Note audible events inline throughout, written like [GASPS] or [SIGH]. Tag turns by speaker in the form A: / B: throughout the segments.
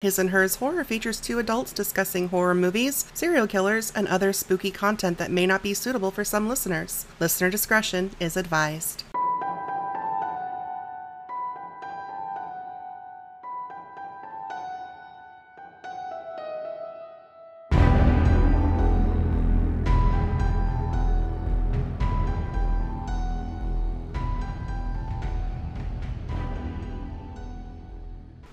A: His and Hers Horror features two adults discussing horror movies, serial killers, and other spooky content that may not be suitable for some listeners. Listener discretion is advised.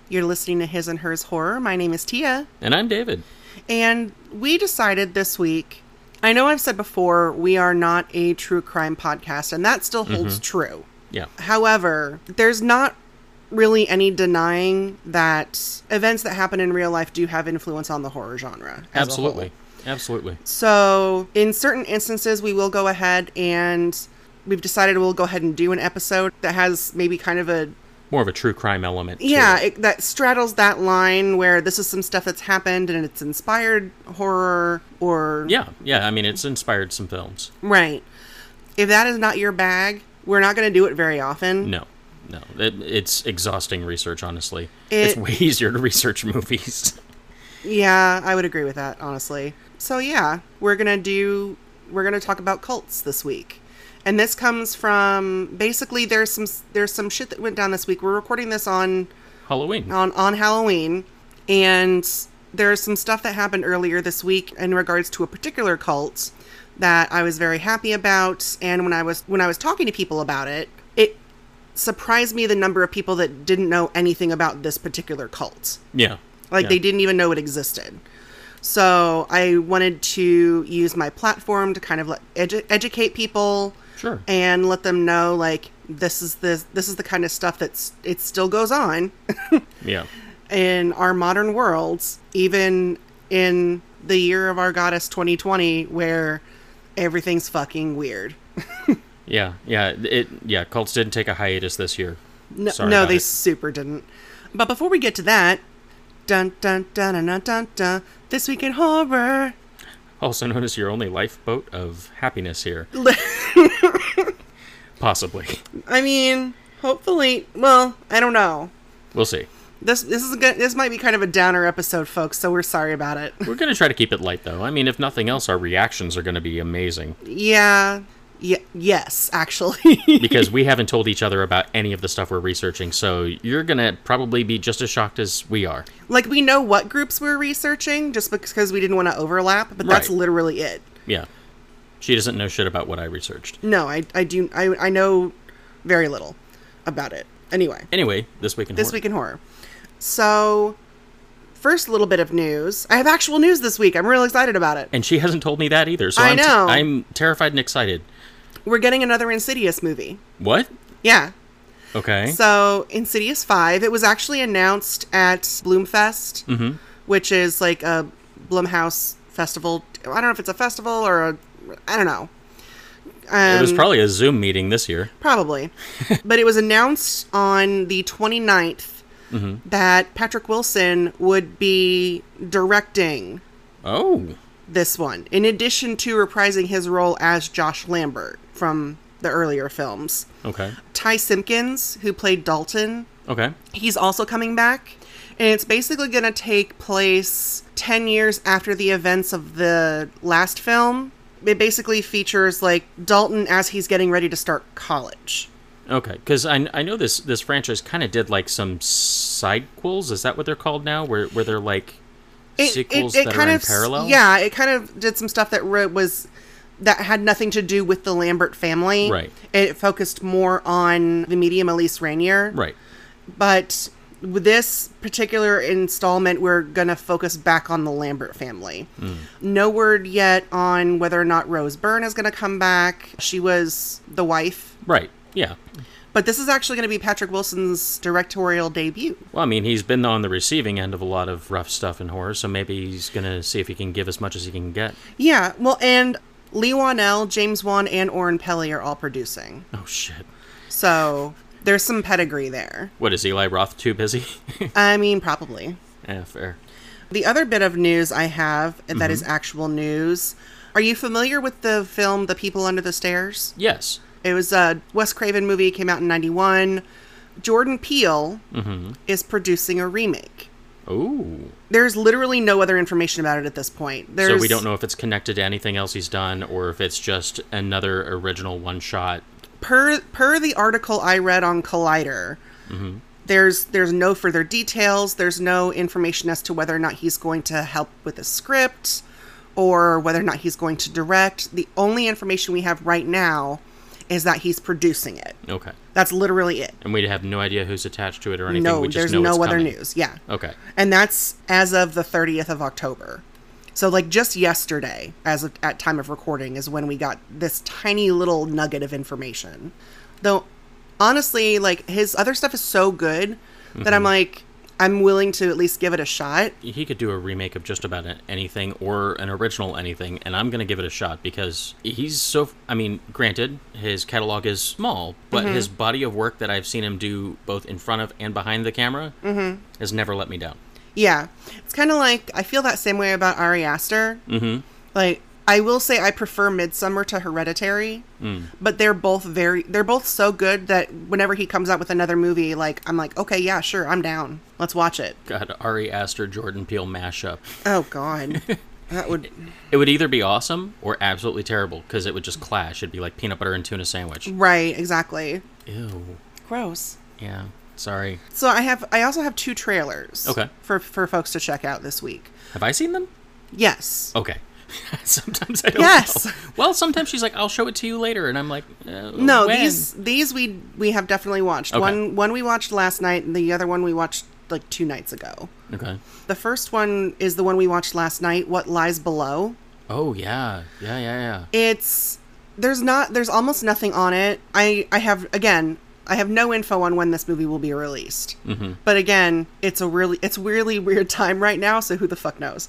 A: You're listening to His and Hers Horror. My name is Tia,
B: And I'm David.
A: and we decided this week. I know I've said before, we are not a true crime podcast, and that still holds true.
B: Yeah.
A: However, there's not really any denying that events that happen in real life do have influence on the horror genre. as a whole.
B: Absolutely. Absolutely.
A: So, in certain instances, we will go ahead and we've decided we'll go ahead and do an episode that has maybe kind of a
B: More of a true crime element. to
A: yeah
B: it.
A: it, that straddles that line where this is some stuff that's happened and it's inspired horror or
B: Yeah. Yeah. I mean, it's inspired some films.
A: right. If that is not your bag, we're not going to do it very often.
B: No. No. It, it's exhausting research, honestly. it's
A: It-
B: way [LAUGHS] easier to research movies. [LAUGHS]
A: Yeah, I would agree with that, honestly. So yeah, we're gonna do we're gonna talk about cults this week. And this comes from basically there's some there's some shit that went down this week. We're recording this on
B: Halloween.
A: on on Halloween and there's some stuff that happened earlier this week in regards to a particular cult that I was very happy about and when I was when I was talking to people about it, it surprised me the number of people that didn't know anything about this particular cult.
B: Yeah.
A: Like
B: Yeah.
A: they didn't even know it existed. So I wanted to use my platform to kind of let edu- educate people
B: Sure.
A: and let them know like this is the this is the kind of stuff that's it still goes on
B: Yeah.
A: in our modern worlds, even in the year of our goddess 2020 where everything's fucking weird.
B: Yeah. Yeah. It. Yeah. Cults didn't take a hiatus this year.
A: No,
B: Sorry
A: no
B: about
A: they
B: it.
A: super didn't. But before we get to that, dun dun dun dun dun dun, dun this week in horror.
B: Also known as your only lifeboat of
A: [LAUGHS]
B: happiness here. Possibly.
A: I mean, hopefully. Well, I don't know.
B: We'll see.
A: This this is a good, this might be kind of a downer episode, folks. So we're sorry about it. [LAUGHS]
B: We're going to try to keep it light, though. I mean, if nothing else, our reactions are going to be amazing.
A: yeah. Yeah. Yes, actually. [LAUGHS]
B: because we haven't told each other about any of the stuff we're researching. So you're gonna probably be just as shocked as we are.
A: like we know what groups we're researching just because we didn't want to overlap, but that's
B: Right.
A: literally it.
B: Yeah, she doesn't know shit about what I researched.
A: No, I I do I I know very little about it. Anyway.
B: Anyway, this week in
A: this
B: horror.
A: week in horror. So, first little bit of news. I have actual news this week. I'm real excited about it.
B: and she hasn't told me that either. So
A: I
B: am
A: know.
B: I'm terrified and excited.
A: We're getting another Insidious movie.
B: What?
A: Yeah,
B: Okay.
A: So, Insidious 5, it was actually announced at Bloomfest,
B: Mm-hmm.
A: which is like a Blumhouse festival. I don't know if it's a festival or a. I don't know. Um,
B: it was probably a Zoom meeting this year.
A: probably. but it was announced on the 29th that Patrick Wilson would be directing
B: Oh,
A: this one, in addition to reprising his role as Josh Lambert from the earlier films.
B: okay,
A: Ty Simpkins, who played Dalton,
B: okay.
A: He's also coming back, and it's basically going to take place 10 years after the events of the last film. It basically features like Dalton as he's getting ready to start college.
B: Okay, because I, I know this this franchise kind of did like some sidequels. Is that what they're called now? Where where they're like sequels that are in
A: of
B: parallel?
A: Yeah, it kind of did some stuff that re- was that had nothing to do with the Lambert family.
B: Right.
A: It focused more on the medium Elise Rainier.
B: Right.
A: But with this particular installment, we're going to focus back on the Lambert family.
B: Hmm.
A: No word yet on whether or not Rose Byrne is going to come back. She was the wife.
B: Right. Yeah.
A: But this is actually going to be Patrick Wilson's directorial debut.
B: Well, I mean, he's been on the receiving end of a lot of rough stuff in horror, so maybe he's gonna see if he can give as much as he can get.
A: Yeah, well, and Lee Wanell, James Wan, and Orrin Pelly are all producing.
B: [LAUGHS] Oh shit!
A: So there's some pedigree
B: [LAUGHS]
A: there.
B: What is Eli Roth too busy?
A: I mean, probably.
B: [LAUGHS] yeah, fair.
A: The other bit of news I have that is
B: Mm-hmm.
A: actual news. Are you familiar with the film The People Under the Stairs?
B: Yes.
A: It was a Wes Craven movie,
B: Mm-hmm.
A: came out in 91. Jordan Peele is producing a remake.
B: Oh.
A: There's literally no other information about it at this point. There's,
B: So we don't know if it's connected to anything else he's done or if it's just another original one shot.
A: per per the article I read on Collider.
B: Mm-hmm.
A: There's there's no further details. There's no information as to whether or not he's going to help with the script, or whether or not he's going to direct. The only information we have right now is that he's producing it.
B: Okay.
A: That's literally it.
B: And we have no idea who's attached to it or anything.
A: No,
B: we just
A: there's
B: know it's
A: no other
B: coming.
A: news. Yeah.
B: Okay.
A: and that's as of the 30th of october so like just yesterday as of, at time of recording is when we got this tiny little nugget of information though honestly like his other stuff is so good that i'm like i'm willing to at least give it a shot
B: He could do a remake of just about a- anything or an original anything, and I'm going to give it a shot because he's so. I mean, granted, his catalog is small, but his body of work that I've seen him do both in front of and behind the camera has never let me down.
A: yeah it's kind of like i feel that same way about ari aster mm-hmm. like i will say i prefer midsummer to hereditary but they're both very they're both so good that whenever he comes out with another movie like i'm like okay yeah sure i'm down let's watch it
B: God, Ari Aster, Jordan Peele mashup.
A: Oh God, that would
B: It would either be awesome or absolutely terrible because it would just clash. It'd be like peanut butter and tuna sandwich.
A: right exactly.
B: Ew.
A: Gross.
B: Yeah. Sorry.
A: So I have I also have two trailers.
B: Okay.
A: For for folks to check out this week.
B: Have I seen them?
A: Yes.
B: Okay. [LAUGHS] sometimes I don't.
A: Yes.
B: know. Well, sometimes she's like, "I'll show it to you later," and I'm like, uh,
A: No,
B: when?"
A: these these we we have definitely watched.
B: Okay.
A: One one we watched last night, and the other one we watched like two nights ago.
B: Okay.
A: The first one is the one we watched last night. What lies below?
B: Oh yeah, yeah, yeah,
A: It's there's not there's almost nothing on it. I I have again I have no info on when this movie will be released.
B: yeah. Mm-hmm.
A: But again, it's a really it's really weird [LAUGHS] time right now, so who the fuck knows?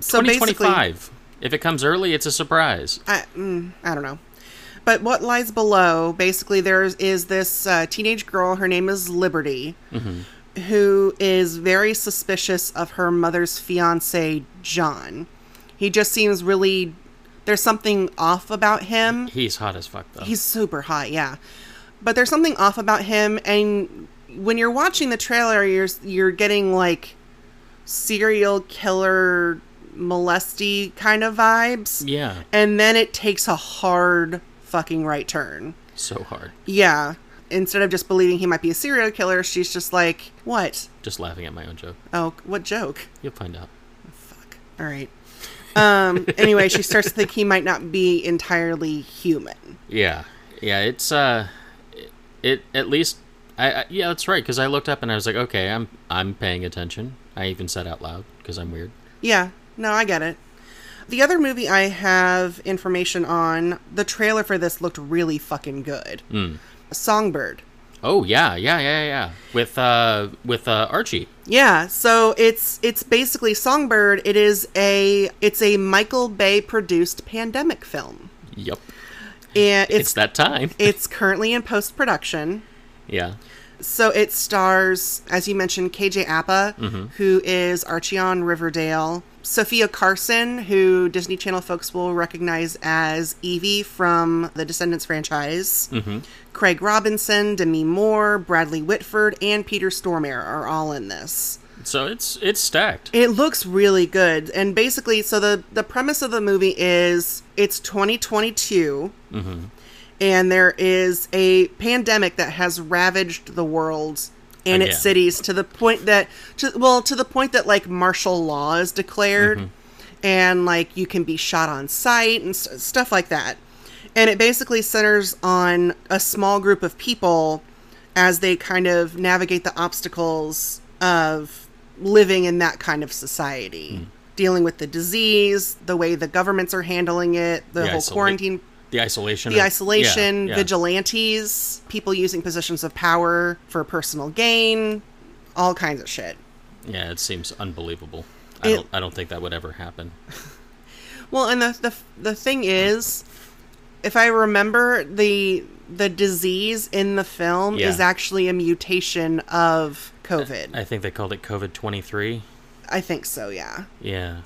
A: So basically,
B: 2025. if it comes early, it's a surprise.
A: I mm, I don't know. But what lies below? Basically, there is- is this uh, teenage girl. Her name is Liberty, who is very suspicious of her mother's fiance John. He just seems really there's something off about him.
B: He's hot as fuck though.
A: He's super hot, yeah. But there's something off about him, and when you're watching the trailer, you're you're getting like serial killer molesty kind of vibes,
B: yeah,
A: and then it takes a hard fucking right turn.
B: so hard.
A: Yeah. Instead of just believing he might be a serial killer, she's just like, "What?
B: Just laughing at my own joke.
A: Oh, what joke?"
B: You'll find out.
A: Fuck. All right. Um. anyway, she starts to think he might not be entirely human.
B: Yeah, yeah. It's uh, it, it at least. I, I yeah, that's right. Because I looked up and I was like, okay, I'm I'm paying attention. I even said out loud because I'm weird.
A: Yeah, no, I get it. The other movie I have information on, the trailer for this looked really fucking good. Songbird.
B: Oh yeah, yeah, yeah, yeah. With uh, with uh, Archie.
A: Yeah, so it's it's basically Songbird. It is a it's a Michael Bay produced pandemic film.
B: Yep.
A: And
B: It's,
A: it's
B: that [LAUGHS] time.
A: it's currently in post production.
B: yeah.
A: So it stars, as you mentioned, KJ Appa, who is Archie on Riverdale, Sophia Carson, who Disney Channel folks will recognize as Evie from the Descendants franchise, Craig Robinson, Demi Moore, Bradley Whitford, and Peter Stormare are all in this.
B: So it's it's stacked.
A: It looks really good. And basically, so the the premise of the movie is it's 2022. And there is a pandemic that has ravaged the world and its
B: Again.
A: cities to the point that to, well to the point that like martial law is declared and like you can be shot on sight and s stuff like that. And it basically centers on a small group of people as they kind of navigate the obstacles of living in that kind of
B: Hmm.
A: society, dealing with the disease, the way the governments are handling it, the, whole
B: isola-
A: quarantine,
B: The isolation.
A: the
B: of-
A: isolation,
B: yeah, yeah.
A: vigilantes, people using positions of power for personal gain, all kinds of shit.
B: Yeah, it seems unbelievable. I
A: It-
B: don't I don't think that would ever happen.
A: Well, and the the the thing is, if I remember the the disease in the film
B: Yeah.
A: is actually a mutation of COVID.
B: I think they called it COVID twenty three.
A: I think so. Yeah.
B: Yeah.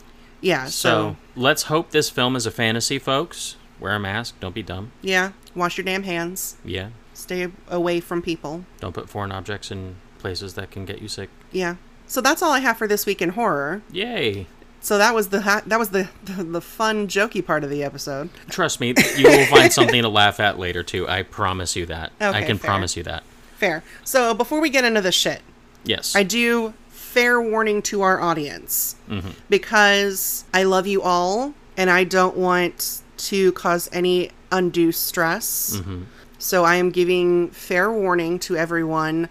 A: Yeah.
B: So,
A: Uh, So,
B: let's hope this film is a fantasy, folks. Wear a mask. Don't be dumb.
A: yeah, wash your damn hands.
B: Yeah.
A: Stay away from people.
B: Don't put foreign objects in places that can get you sick.
A: Yeah. So that's all I have for this week in horror.
B: Yay.
A: So that was the ha- that was the, [LAUGHS] the the fun jokey part of the episode. [LAUGHS]
B: Trust me, you will find something to laugh at later too. I promise you that. I
A: Okay,
B: can
A: fair.
B: promise you that.
A: Fair. So before we get into the shit,
B: Yes.
A: I do fair warning to our audience because I love you all and I don't want to cause any undue stress. So I am giving fair warning to everyone.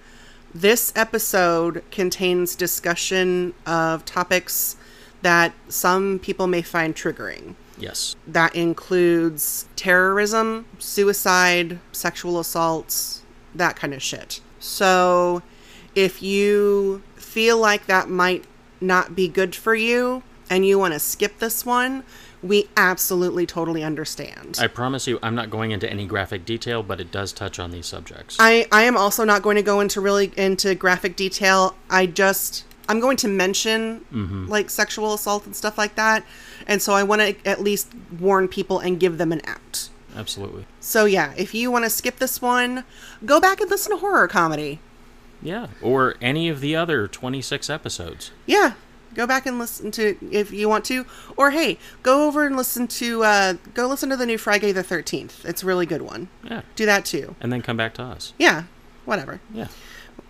A: This episode contains discussion of topics that some people may find triggering.
B: yes.
A: That includes terrorism, suicide, sexual assaults, that kind of shit. So if you feel like that might not be good for you and you want to skip this one, we absolutely totally understand.
B: I promise you I'm not going into any graphic detail, but it does touch on these subjects.
A: I, I am also not going to go into really into graphic detail. I just I'm going to mention like sexual assault and stuff like that. And so I want to at least warn people and give them an out.
B: Absolutely.
A: So yeah, if you want to skip this one, go back and listen to horror comedy.
B: Yeah. Or any of the other 26 episodes.
A: Yeah, go back and listen to if you want to, or hey, go over and listen to uh, go listen to the new Friday the Thirteenth. It's a really good one.
B: Yeah.
A: Do that too.
B: And then come back to us.
A: Yeah, whatever.
B: Yeah.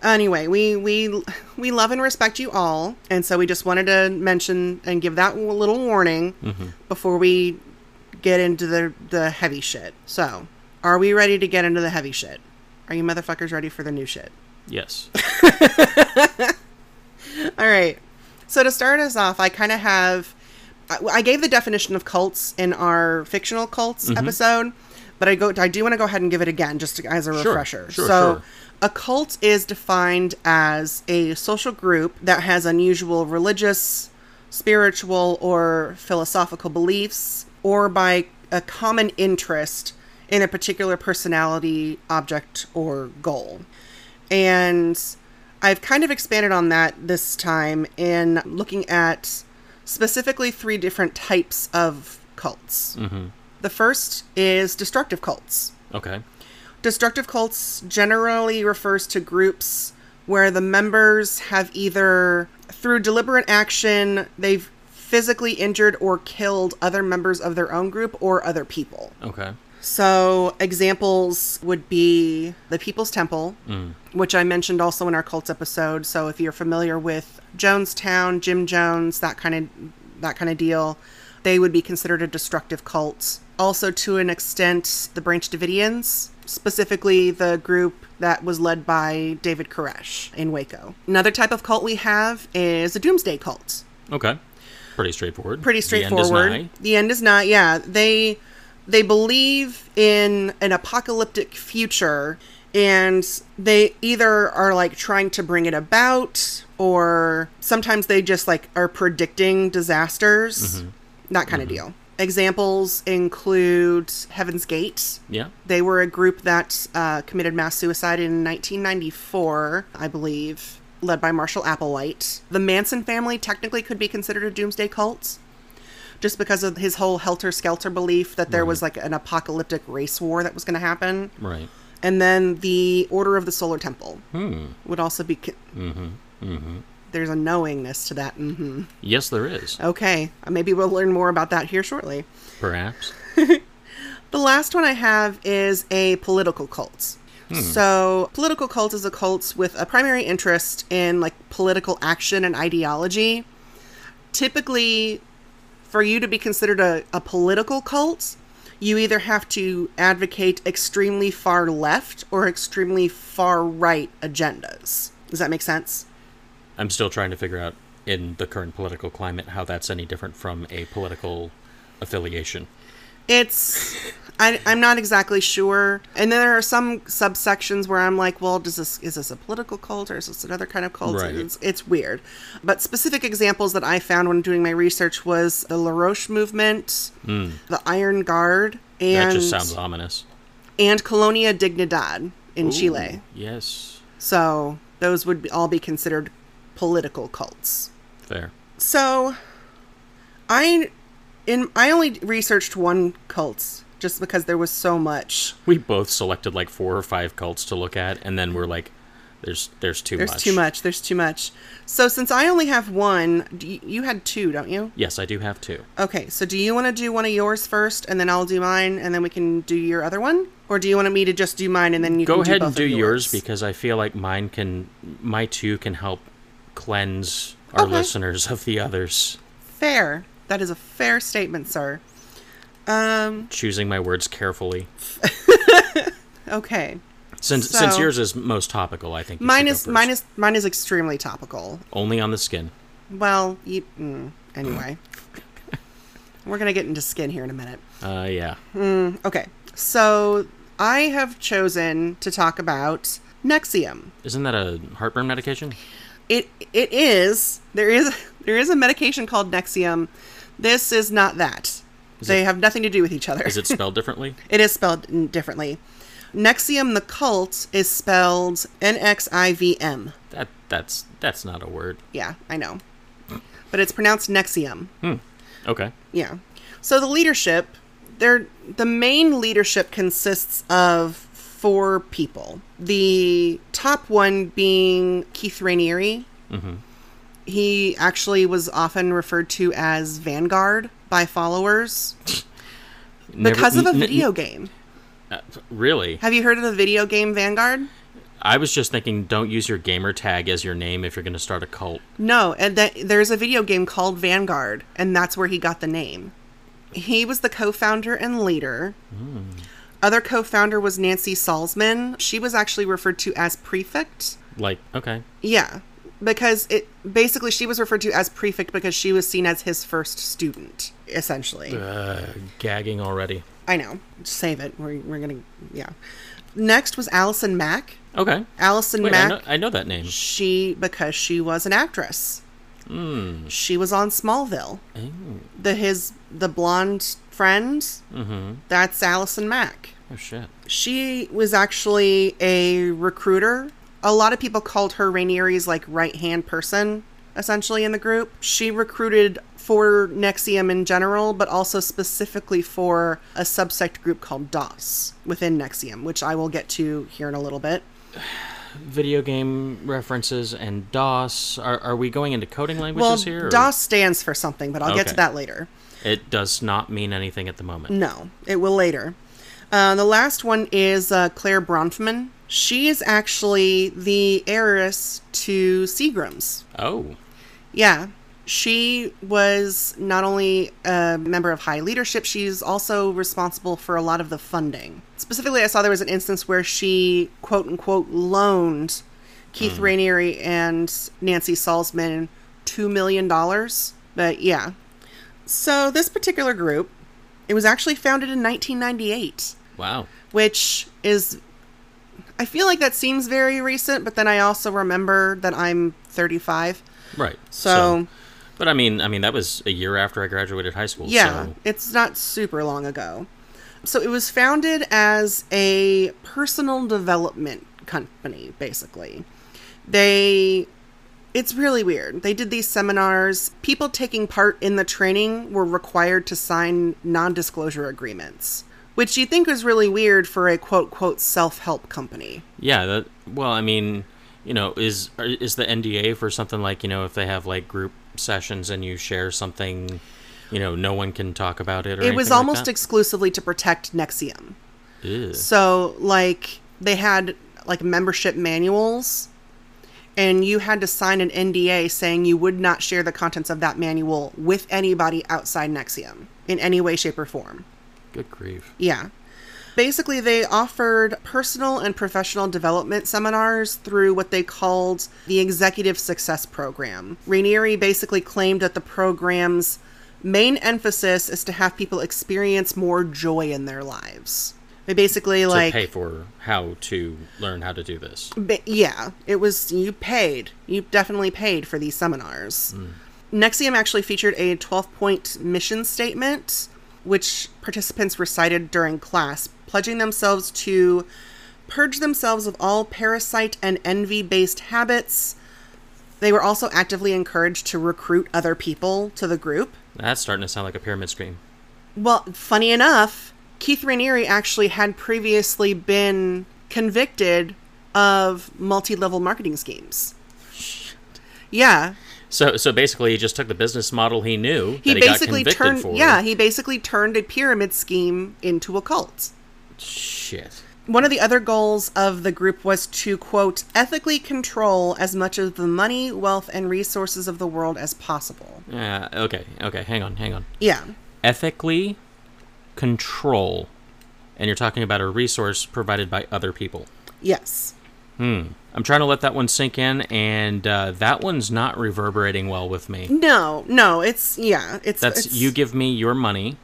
A: Anyway, we we we love and respect you all, and so we just wanted to mention and give that little warning
B: Mm-hmm.
A: before we get into the the heavy shit. So, are we ready to get into the heavy shit? Are you motherfuckers ready for the new shit? [LAUGHS]
B: Yes.
A: All right. So to start us off, I kind of have. I I gave the definition of cults in our fictional cults
B: Mm-hmm.
A: episode, but I go. I do want to go ahead and give it again, just to- as a refresher.
B: sure,
A: so,
B: sure.
A: a cult is defined as a social group that has unusual religious, spiritual, or philosophical beliefs, or by a common interest in a particular personality, object, or goal. And I've kind of expanded on that this time in looking at specifically three different types of cults. The first is destructive cults.
B: Okay.
A: Destructive cults generally refers to groups where the members have either, through deliberate action, they've physically injured or killed other members of their own group or other people.
B: Okay.
A: So, examples would be the People's Temple, which I mentioned also in our cults episode. So, if you're familiar with Jonestown, Jim Jones, that kind of that kind of deal, they would be considered a destructive cult. Also, to an extent, the Branch Davidians, specifically the group that was led by David Koresh in Waco. Another type of cult we have is a Doomsday cult
B: Okay. Pretty straightforward.
A: pretty straightforward.
B: The end is
A: The end is not. Yeah, they they believe in an apocalyptic future, and they either are like trying to bring it about, or sometimes they just like are predicting disasters,
B: Mm-hmm.
A: that kind of deal. Examples include Heaven's Gate.
B: nigh. Yeah.
A: They were a group that uh, committed mass suicide in 1994, I believe, led by Marshall Applewhite. The Manson family technically could be considered a doomsday cult just because of his whole helter skelter belief that there was like an apocalyptic race war that was going to happen.
B: Right.
A: And then the Order of the Solar Temple would also be. Con- There's a knowingness to that. hmm
B: Yes, there is.
A: Okay, maybe we'll learn more about that here shortly.
B: Perhaps.
A: The last one I have is a political cult. So, political cult is a cult with a primary interest in like political action and ideology. Typically, for you to be considered a, a political cult, you either have to advocate extremely far left or extremely far right agendas. Does that make sense?
B: I'm still trying to figure out in the current political climate how that's any different from a political affiliation.
A: It's I, I'm not exactly sure. And then there are some subsections where I'm like, well, does this is this a political cult or is this another kind of cult?
B: Right.
A: It's it's weird. But specific examples that I found when doing my research was the LaRoche movement, the Iron Guard,
B: Hmm. That
A: and
B: just sounds ominous.
A: and Colonia Dignidad in Chile.
B: Yes.
A: So those would be, all be considered political cults.
B: Fair.
A: So, I in I only researched one cult just because there was so much.
B: We both selected like four or five cults to look at, and then we're like, There's there's too
A: There's
B: much.
A: too much. There's too much. So since I only have one, do you, you had two, don't you?
B: Yes, I do have two.
A: Okay. So do you want to do one of yours first, and then I'll do mine, and then we can do your other one, or do you want me to just do mine and then you
B: Go
A: can
B: ahead
A: do both
B: and do
A: of
B: yours because I feel like mine can my two can help cleanse our
A: Okay.
B: listeners of the others.
A: fair. That is a fair statement, sir.
B: Choosing my words carefully.
A: Okay.
B: Since since
A: So-
B: yours is most topical, I think you should
A: Mine
B: go
A: is
B: first.
A: mine is mine is extremely topical.
B: only on the skin.
A: Well, you, mm, anyway, we're gonna get into skin here in a minute.
B: Uh, yeah.
A: Okay, so I have chosen to talk about Nexium.
B: Isn't that a heartburn medication?
A: It it is there is there is a medication called Nexium. This is not that. they
B: it-
A: have nothing to do with each other.
B: Is it spelled differently?
A: It is spelled n- differently. Nexium the cult is spelled N X I V M.
B: That that's that's not a word.
A: Yeah, I know. But it's pronounced Nexium.
B: Okay.
A: Yeah. So the leadership, they're the main leadership consists of four people. The top one being Keith Rainieri.
B: Mm-hmm.
A: He actually was often referred to as Vanguard by followers
B: Never-
A: because of a
B: n- n-
A: video game.
B: uh, really?
A: Have you heard of the video game Vanguard?
B: I was just thinking, don't use your gamer tag as your name if you're going to start a cult.
A: No, and that there's a video game called Vanguard, and that's where he got the name. He was the co-founder and leader.
B: Hmm.
A: Other co-founder was Nancy Salzman. She was actually referred to as prefect.
B: Like, okay,
A: Yeah, because it basically she was referred to as prefect because she was seen as his first student, essentially.
B: uh, gagging already.
A: I know. Save it. We're we're gonna yeah. Next was Allison Mack.
B: Okay.
A: Allison
B: Wait,
A: Mack.
B: I know, I know that name.
A: She because she was an actress. Mm. She was on Smallville. The his the blonde friend. Mm-hmm. That's Allison Mack.
B: Oh shit.
A: She was actually a recruiter. A lot of people called her Rainieri's like right hand person, essentially in the group. She recruited for Nexium in general, but also specifically for a subsect group called DOS within Nexium, which I will get to here in a little bit.
B: Video game references and DOS. Are, are we going into coding
A: Well,
B: languages here? or-
A: DOS stands for something, but I'll get to
B: Okay.
A: that later.
B: It does not mean anything at the moment.
A: No, it will later. Uh, the last one is uh, Claire Bronfman. She is actually the heiress to Seagram's.
B: Oh.
A: Yeah. She was not only a member of high leadership, she's also responsible for a lot of the funding. Specifically, I saw there was an instance where she, quote unquote, loaned Keith Rainieri and Nancy Salzman $2 million. But yeah. So, this particular group, it was actually founded in 1998
B: Wow.
A: which is I feel like that seems very recent, but then I also remember that I'm 35.
B: Right.
A: So,
B: But I mean, I mean that was a year after I graduated high school.
A: yeah,
B: So
A: it's not super long ago. So it was founded as a personal development company basically. They it's really weird. They did these seminars. People taking part in the training were required to sign non-disclosure agreements, which you think is really weird for a quote quote self-help company.
B: yeah. That, well, I mean, you know, is are- is the NDA for something like you know if they have like group sessions and you share something, you know, no one can talk about it. or
A: it was
B: anything like
A: almost
B: that?
A: exclusively to protect Nexium.
B: Ew.
A: So like they had like membership manuals and you had to sign an NDA saying you would not share the contents of that manual with anybody outside Nexium in any way shape or form.
B: Good grief.
A: Yeah. Basically, they offered personal and professional development seminars through what they called the Executive Success Program. Rainieri basically claimed that the program's main emphasis is to have people experience more joy in their lives. They basically,
B: To
A: like,
B: pay for how to learn how to do this.
A: Ba- yeah, it was you paid. You definitely paid for these seminars. Nexium actually featured a 12-point mission statement which participants recited during class, pledging themselves to purge themselves of all parasite and envy-based habits. They were also actively encouraged to recruit other people to the group.
B: That's starting to sound like a pyramid scheme.
A: Well, funny enough, Keith Raniere actually had previously been convicted of multi-level marketing schemes. Yeah,
B: So so basically, he just took the business model he knew
A: he
B: that he
A: basically
B: got convicted
A: turned
B: for.
A: yeah he basically turned a pyramid scheme into a cult.
B: Shit.
A: One of the other goals of the group was to, quote, ethically control as much of the money, wealth, and resources of the world as possible.
B: Yeah. Uh, Okay. Okay. Hang on. Hang on.
A: Yeah.
B: Ethically, control, and you're talking about a resource provided by other people.
A: Yes.
B: I'm trying to let that one sink in, and uh, that one's not reverberating well with me.
A: No, no, it's, yeah. It's,
B: That's
A: Mm, it's,
B: you give me your money,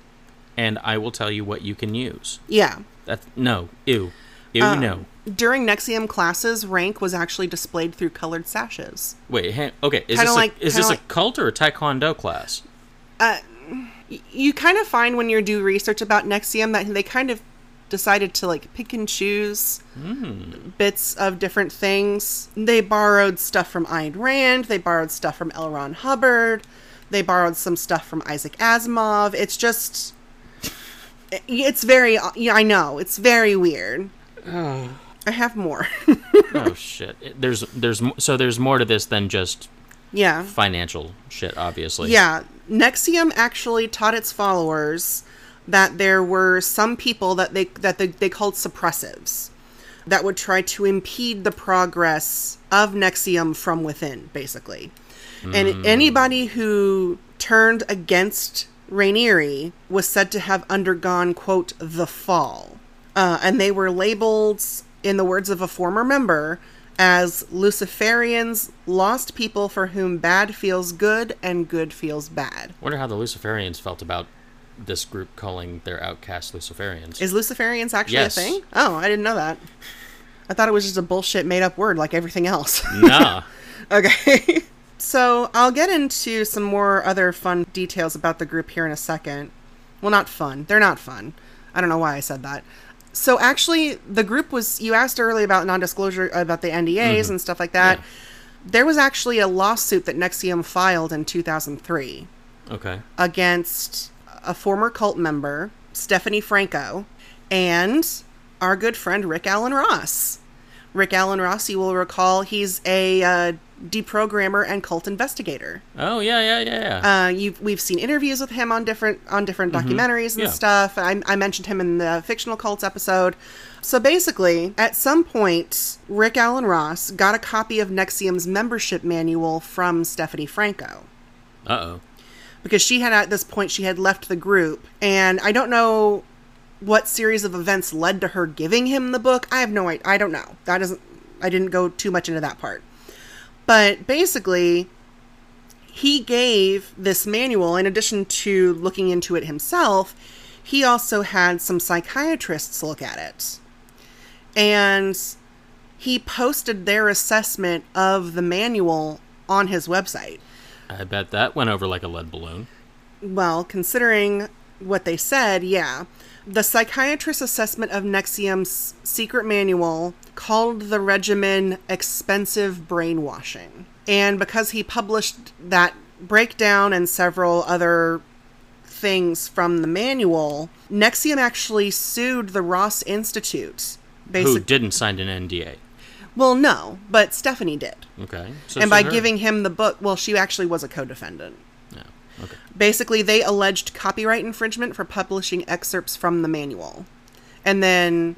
B: and I will tell you what you can use.
A: Yeah.
B: That's no, ew, ew,
A: Uh,
B: no.
A: During Nexium classes, rank was actually displayed through colored sashes.
B: Wait, hang, okay. Is
A: Kinda
B: this
A: like-
B: a, is
A: kinda
B: this a
A: like-
B: cult or a taekwondo
A: [LAUGHS]
B: class?
A: Y- You kind of find when you do research about Nexium that they kind of decided to like pick and choose bits of different things. They borrowed stuff from Ayn Rand, they borrowed stuff from L. Ron Hubbard, they borrowed some stuff from Isaac Asimov. It's just. i- It's very. uh, Yeah, I know. It's very weird. I have more. [LAUGHS]
B: oh shit. It- There's there's m- so there's more to this than just
A: yeah.
B: financial shit, obviously.
A: Yeah, Nexium actually taught its followers that there were some people that they that they, they called suppressives that would try to impede the progress of Nexium from within, basically. And anybody who turned against Rainieri was said to have undergone quote the fall, uh, and they were labeled, in the words of a former member, as Luciferians, lost people for whom bad feels good and good feels bad.
B: Wonder how the Luciferians felt about this group calling their outcasts Luciferians.
A: Is Luciferians actually
B: Yes.
A: a thing? Oh, I didn't know that. I thought it was just a bullshit made up word like everything else. [LAUGHS]
B: nah.
A: Okay. [LAUGHS] so I'll get into some more other fun details about the group here in a second. Well, not fun. They're not fun. I don't know why I said that. So actually, the group was. You asked earlier about non-disclosure uh, about the NDAs and stuff like that.
B: Yeah.
A: There was actually a lawsuit that Nexium filed in 2003
B: Okay.
A: against a former cult member, Stephanie Franco, and our good friend Rick Allen Ross. Rick Allen Ross, you will recall, he's a uh, deprogrammer and cult investigator.
B: Oh yeah, yeah, yeah, yeah.
A: Uh, you've, we've seen interviews with him on different on different documentaries and
B: Yeah.
A: stuff. I, I mentioned him in the fictional cults episode. So basically, at some point, Rick Allen Ross got a copy of Nexium's membership manual from Stephanie Franco
B: Uh oh.
A: because she had at this point she had left the group and i don't know what series of events led to her giving him the book i have no idea i don't know that doesn't i didn't go too much into that part but basically he gave this manual in addition to looking into it himself he also had some psychiatrists look at it and he posted their assessment of the manual on his website
B: I bet that went over like a lead balloon.
A: well, considering what they said, yeah. The psychiatrist's assessment of Nexium's secret manual called the regimen expensive brainwashing. And because he published that breakdown and several other things from the manual, Nexium actually sued the Ross Institute.
B: Who
A: Basically,
B: didn't sign an NDA?
A: well, no, but Stephanie did.
B: Okay. So
A: and
B: so
A: by
B: her.
A: giving him the book, well, she actually was a co defendant.
B: No. Okay.
A: Basically, they alleged copyright infringement for publishing excerpts from the manual, and then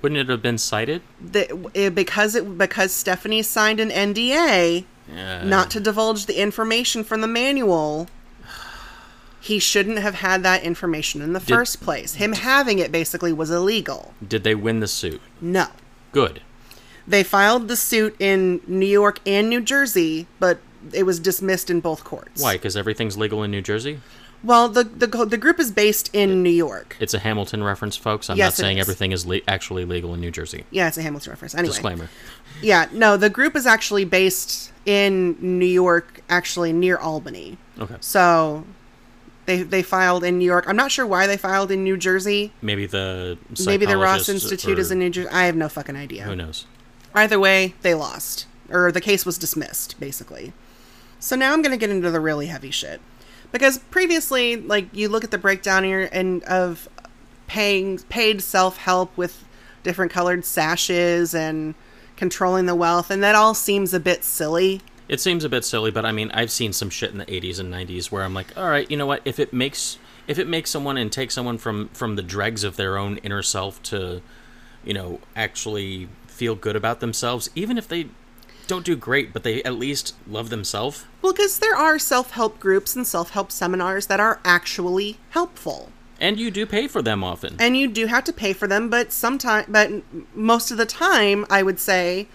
B: Wouldn't it have been cited?
A: the, it, because it because Stephanie signed an NDA
B: Uh,
A: not to divulge the information from the manual. He shouldn't have had that information in the first place. Him having it basically was illegal.
B: Did they win the suit?
A: No.
B: Good.
A: They filed the suit in New York and New Jersey, but it was dismissed in both courts.
B: Why? Because everything's legal in New Jersey.
A: Well, the, the the group is based in New York.
B: It's a Hamilton reference, folks. I'm
A: Yes,
B: not
A: it
B: saying
A: is.
B: everything is le- actually legal in New Jersey.
A: Yeah, it's a Hamilton reference. Anyway.
B: Disclaimer.
A: Yeah, no, the group is actually based in New York, actually near Albany.
B: Okay.
A: So they they filed in New York. I'm not sure why they filed in New Jersey.
B: Maybe the
A: Maybe the Ross
B: psychologist
A: Institute is
B: or-
A: in New Jersey. I have no fucking idea.
B: Who knows?
A: Either way, they lost or the case was dismissed basically. So now I'm going to get into the really heavy shit. Because previously, like you look at the breakdown here and of paying paid self-help with different colored sashes and controlling the wealth, and that all seems a bit silly.
B: It seems a bit silly, but I mean, I've seen some shit in the 80s and 90s where I'm like, all right, you know what? If it makes if it makes someone and takes someone from from the dregs of their own inner self to, you know, actually feel good about themselves, even if they don't do great, but they at least love themselves.
A: Well, because there are self help groups and self help seminars that are actually helpful.
B: And you do pay for them often.
A: and you do have to pay for them but sometimes but most of the time i would say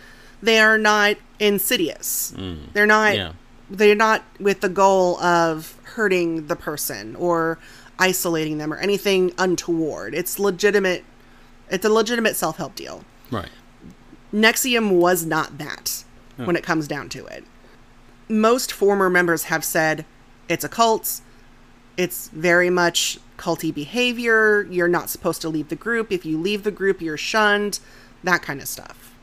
A: they are not insidious they're not
B: yeah.
A: they're not with the goal of hurting the person or isolating them or anything untoward it's legitimate it's a legitimate self-help deal
B: Right.
A: Nexium was not that when it comes down to it. Most former members have said it's a cult, it's very much culty behavior, you're not supposed to leave the group. If you leave the group, you're shunned, that kind of stuff.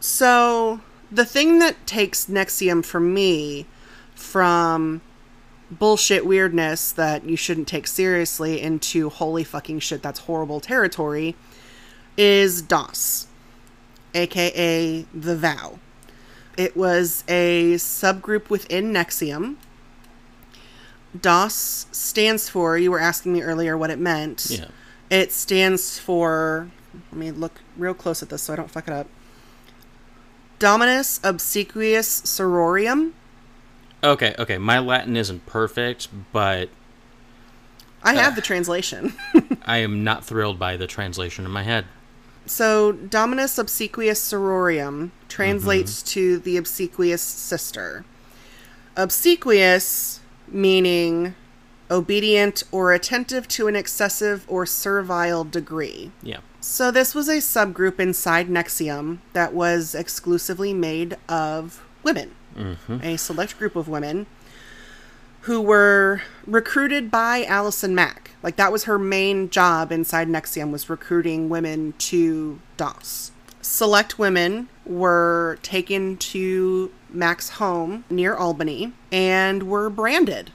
A: So, the thing that takes Nexium for me from bullshit weirdness that you shouldn't take seriously into holy fucking shit, that's horrible territory is DOS aka The Vow. It was a subgroup within Nexium. DOS stands for, you were asking me earlier what it meant.
B: Yeah.
A: It stands for, let me look real close at this so I don't fuck it up. Dominus Obsequious Sororium.
B: Okay, okay. My Latin isn't perfect, but
A: I have the translation. [LAUGHS]
B: I am not thrilled by the translation in my head.
A: so, Dominus Obsequious Sororium translates to the obsequious sister. Obsequious meaning obedient or attentive to an excessive or servile degree.
B: Yeah.
A: So, this was a subgroup inside Nexium that was exclusively made of women, a select group of women who were recruited by Allison Mack. Like, that was her main job inside Nexium, was recruiting women to DOS. Select women were taken to Mack's home near Albany and were branded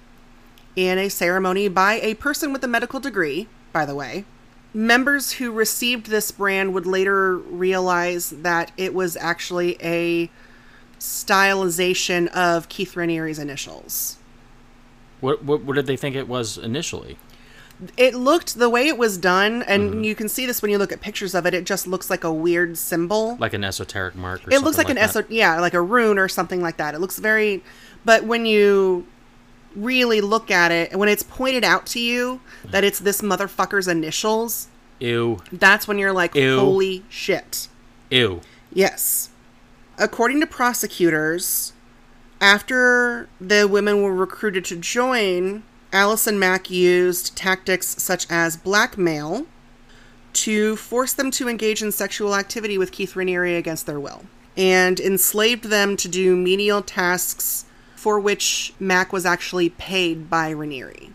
A: in a ceremony by a person with a medical degree, by the way. Members who received this brand would later realize that it was actually a stylization of Keith Raniere's initials.
B: What, what what did they think it was initially?
A: It looked the way it was done, and
B: Mm-hmm.
A: you can see this when you look at pictures of it. It just looks like a weird symbol.
B: Like an esoteric mark or
A: it looks like,
B: something
A: an
B: that?
A: SO, yeah, like a rune or something like that. It looks very, but when you really look at it, when it's pointed out to you
B: Mm-hmm.
A: that it's this motherfucker's initials,
B: Ew.
A: that's when you're like,
B: Ew.
A: holy shit.
B: Ew.
A: Yes. According to prosecutors, after the women were recruited to join, Allison Mack used tactics such as blackmail to force them to engage in sexual activity with Keith Raniere against their will and enslaved them to do menial tasks for which Mack was actually paid by Raniere.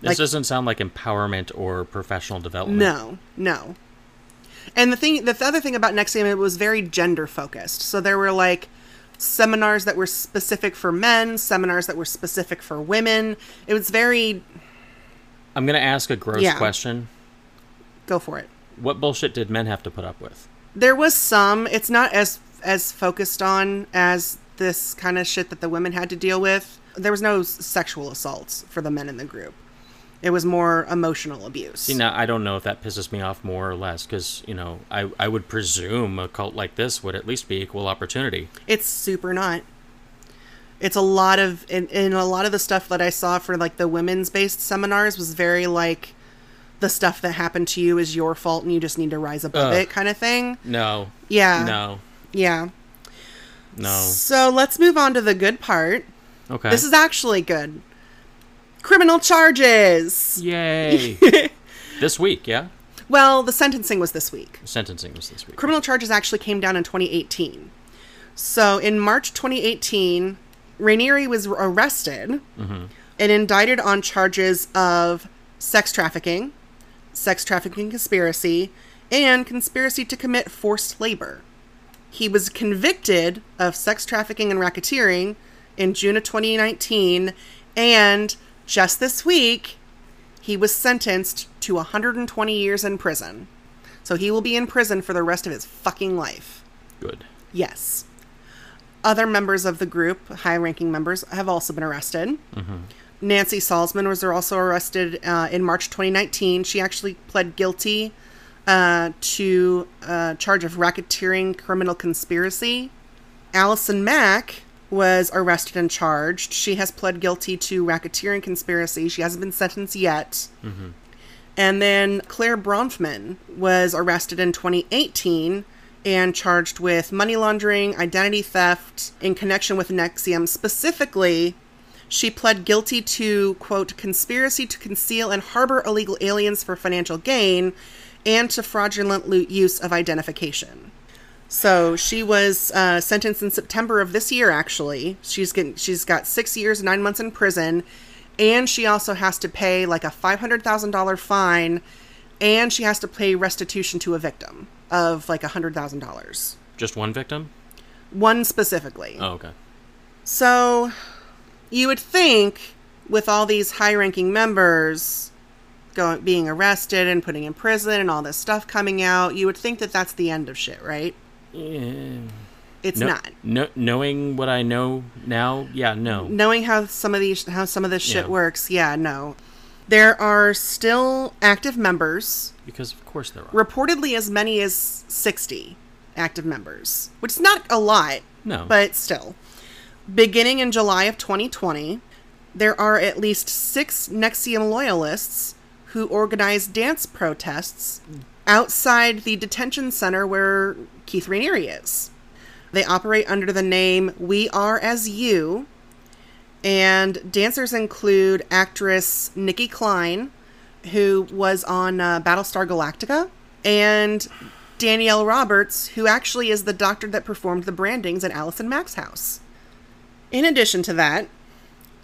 B: This
A: Like-
B: doesn't sound like empowerment or professional development.
A: No, no. And the thing, the other thing about Nexium, it was very gender focused. So there were like seminars that were specific for men, seminars that were specific for women. It was very
B: I'm gonna ask a gross
A: Yeah.
B: question.
A: go for it.
B: What bullshit did men have to put up with?
A: There was some. It's not as as focused on as this kind of shit that the women had to deal with. There was no s- sexual assaults for the men in the group. It was more emotional abuse.
B: See, now I don't know if that pisses me off more or less, because you know, I I would presume a cult like this would at least be equal opportunity.
A: It's super not. It's a lot of and, and a lot of the stuff that I saw for like the women's based seminars was very like the stuff that happened to you is your fault and you just need to rise above
B: Ugh.
A: it kind of thing.
B: No.
A: Yeah.
B: No.
A: Yeah.
B: No.
A: So let's move on to the good part.
B: Okay.
A: This is actually good. Criminal charges. [LAUGHS]
B: [LAUGHS] Yay. this week, yeah.
A: Well, the sentencing was this week.
B: Sentencing was this week.
A: criminal charges actually came down in 2018. So in March 2018, Rainieri was arrested and indicted on charges of sex trafficking, sex trafficking conspiracy, and conspiracy to commit forced labor. He was convicted of sex trafficking and racketeering in June of 2019, and just this week, he was sentenced to 120 years in prison. So he will be in prison for the rest of his fucking life.
B: Good.
A: Yes. Other members of the group, high ranking members, have also been arrested. Nancy Salzman was also arrested uh, in March 2019. She actually pled guilty uh, to a charge of racketeering criminal conspiracy. Allison Mack was arrested and charged. She has pled guilty to racketeering conspiracy. She hasn't been sentenced yet. And then Claire Bronfman was arrested in 2018 and charged with money laundering, identity theft in connection with Nexium. Specifically, she pled guilty to, quote, conspiracy to conceal and harbor illegal aliens for financial gain and to fraudulent lo- use of identification. So she was uh, sentenced in September of this year. Actually, she's getting she's got six years, nine months in prison, and she also has to pay like a five hundred thousand dollar fine, and she has to pay restitution to a victim of like a hundred thousand dollars,
B: Just one victim?
A: one specifically.
B: Oh, okay.
A: So you would think with all these high-ranking members going being arrested and putting in prison and all this stuff coming out, you would think that that's the end of shit, right?
B: Yeah.
A: It's
B: No,
A: not.
B: no, knowing what I know now, yeah, no.
A: knowing how some of these how some of this shit
B: Yeah.
A: works yeah no there are still active members
B: Because of course there are.
A: reportedly as many as 60 active members which is not a lot
B: No.
A: but still beginning in july of 2020 there are at least six nexium loyalists who organized dance protests outside the detention center where keith rainieri is they operate under the name we are as you and dancers include actress Nikki Klein, who was on uh, Battlestar Galactica, and Danielle Roberts, who actually is the doctor that performed the brandings at Allison Mack's house. In addition to that,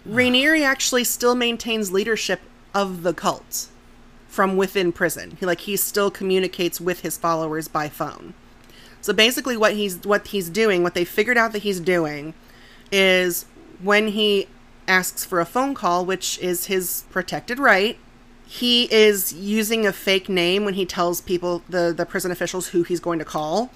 A: Rainieri actually still maintains leadership of the cult from within prison. He like he still communicates with his followers by phone. So basically what he's what he's doing, what they figured out that he's doing is when he asks for a phone call, which is his protected right, he is using a fake name when he tells people the the prison officials who he's going to call.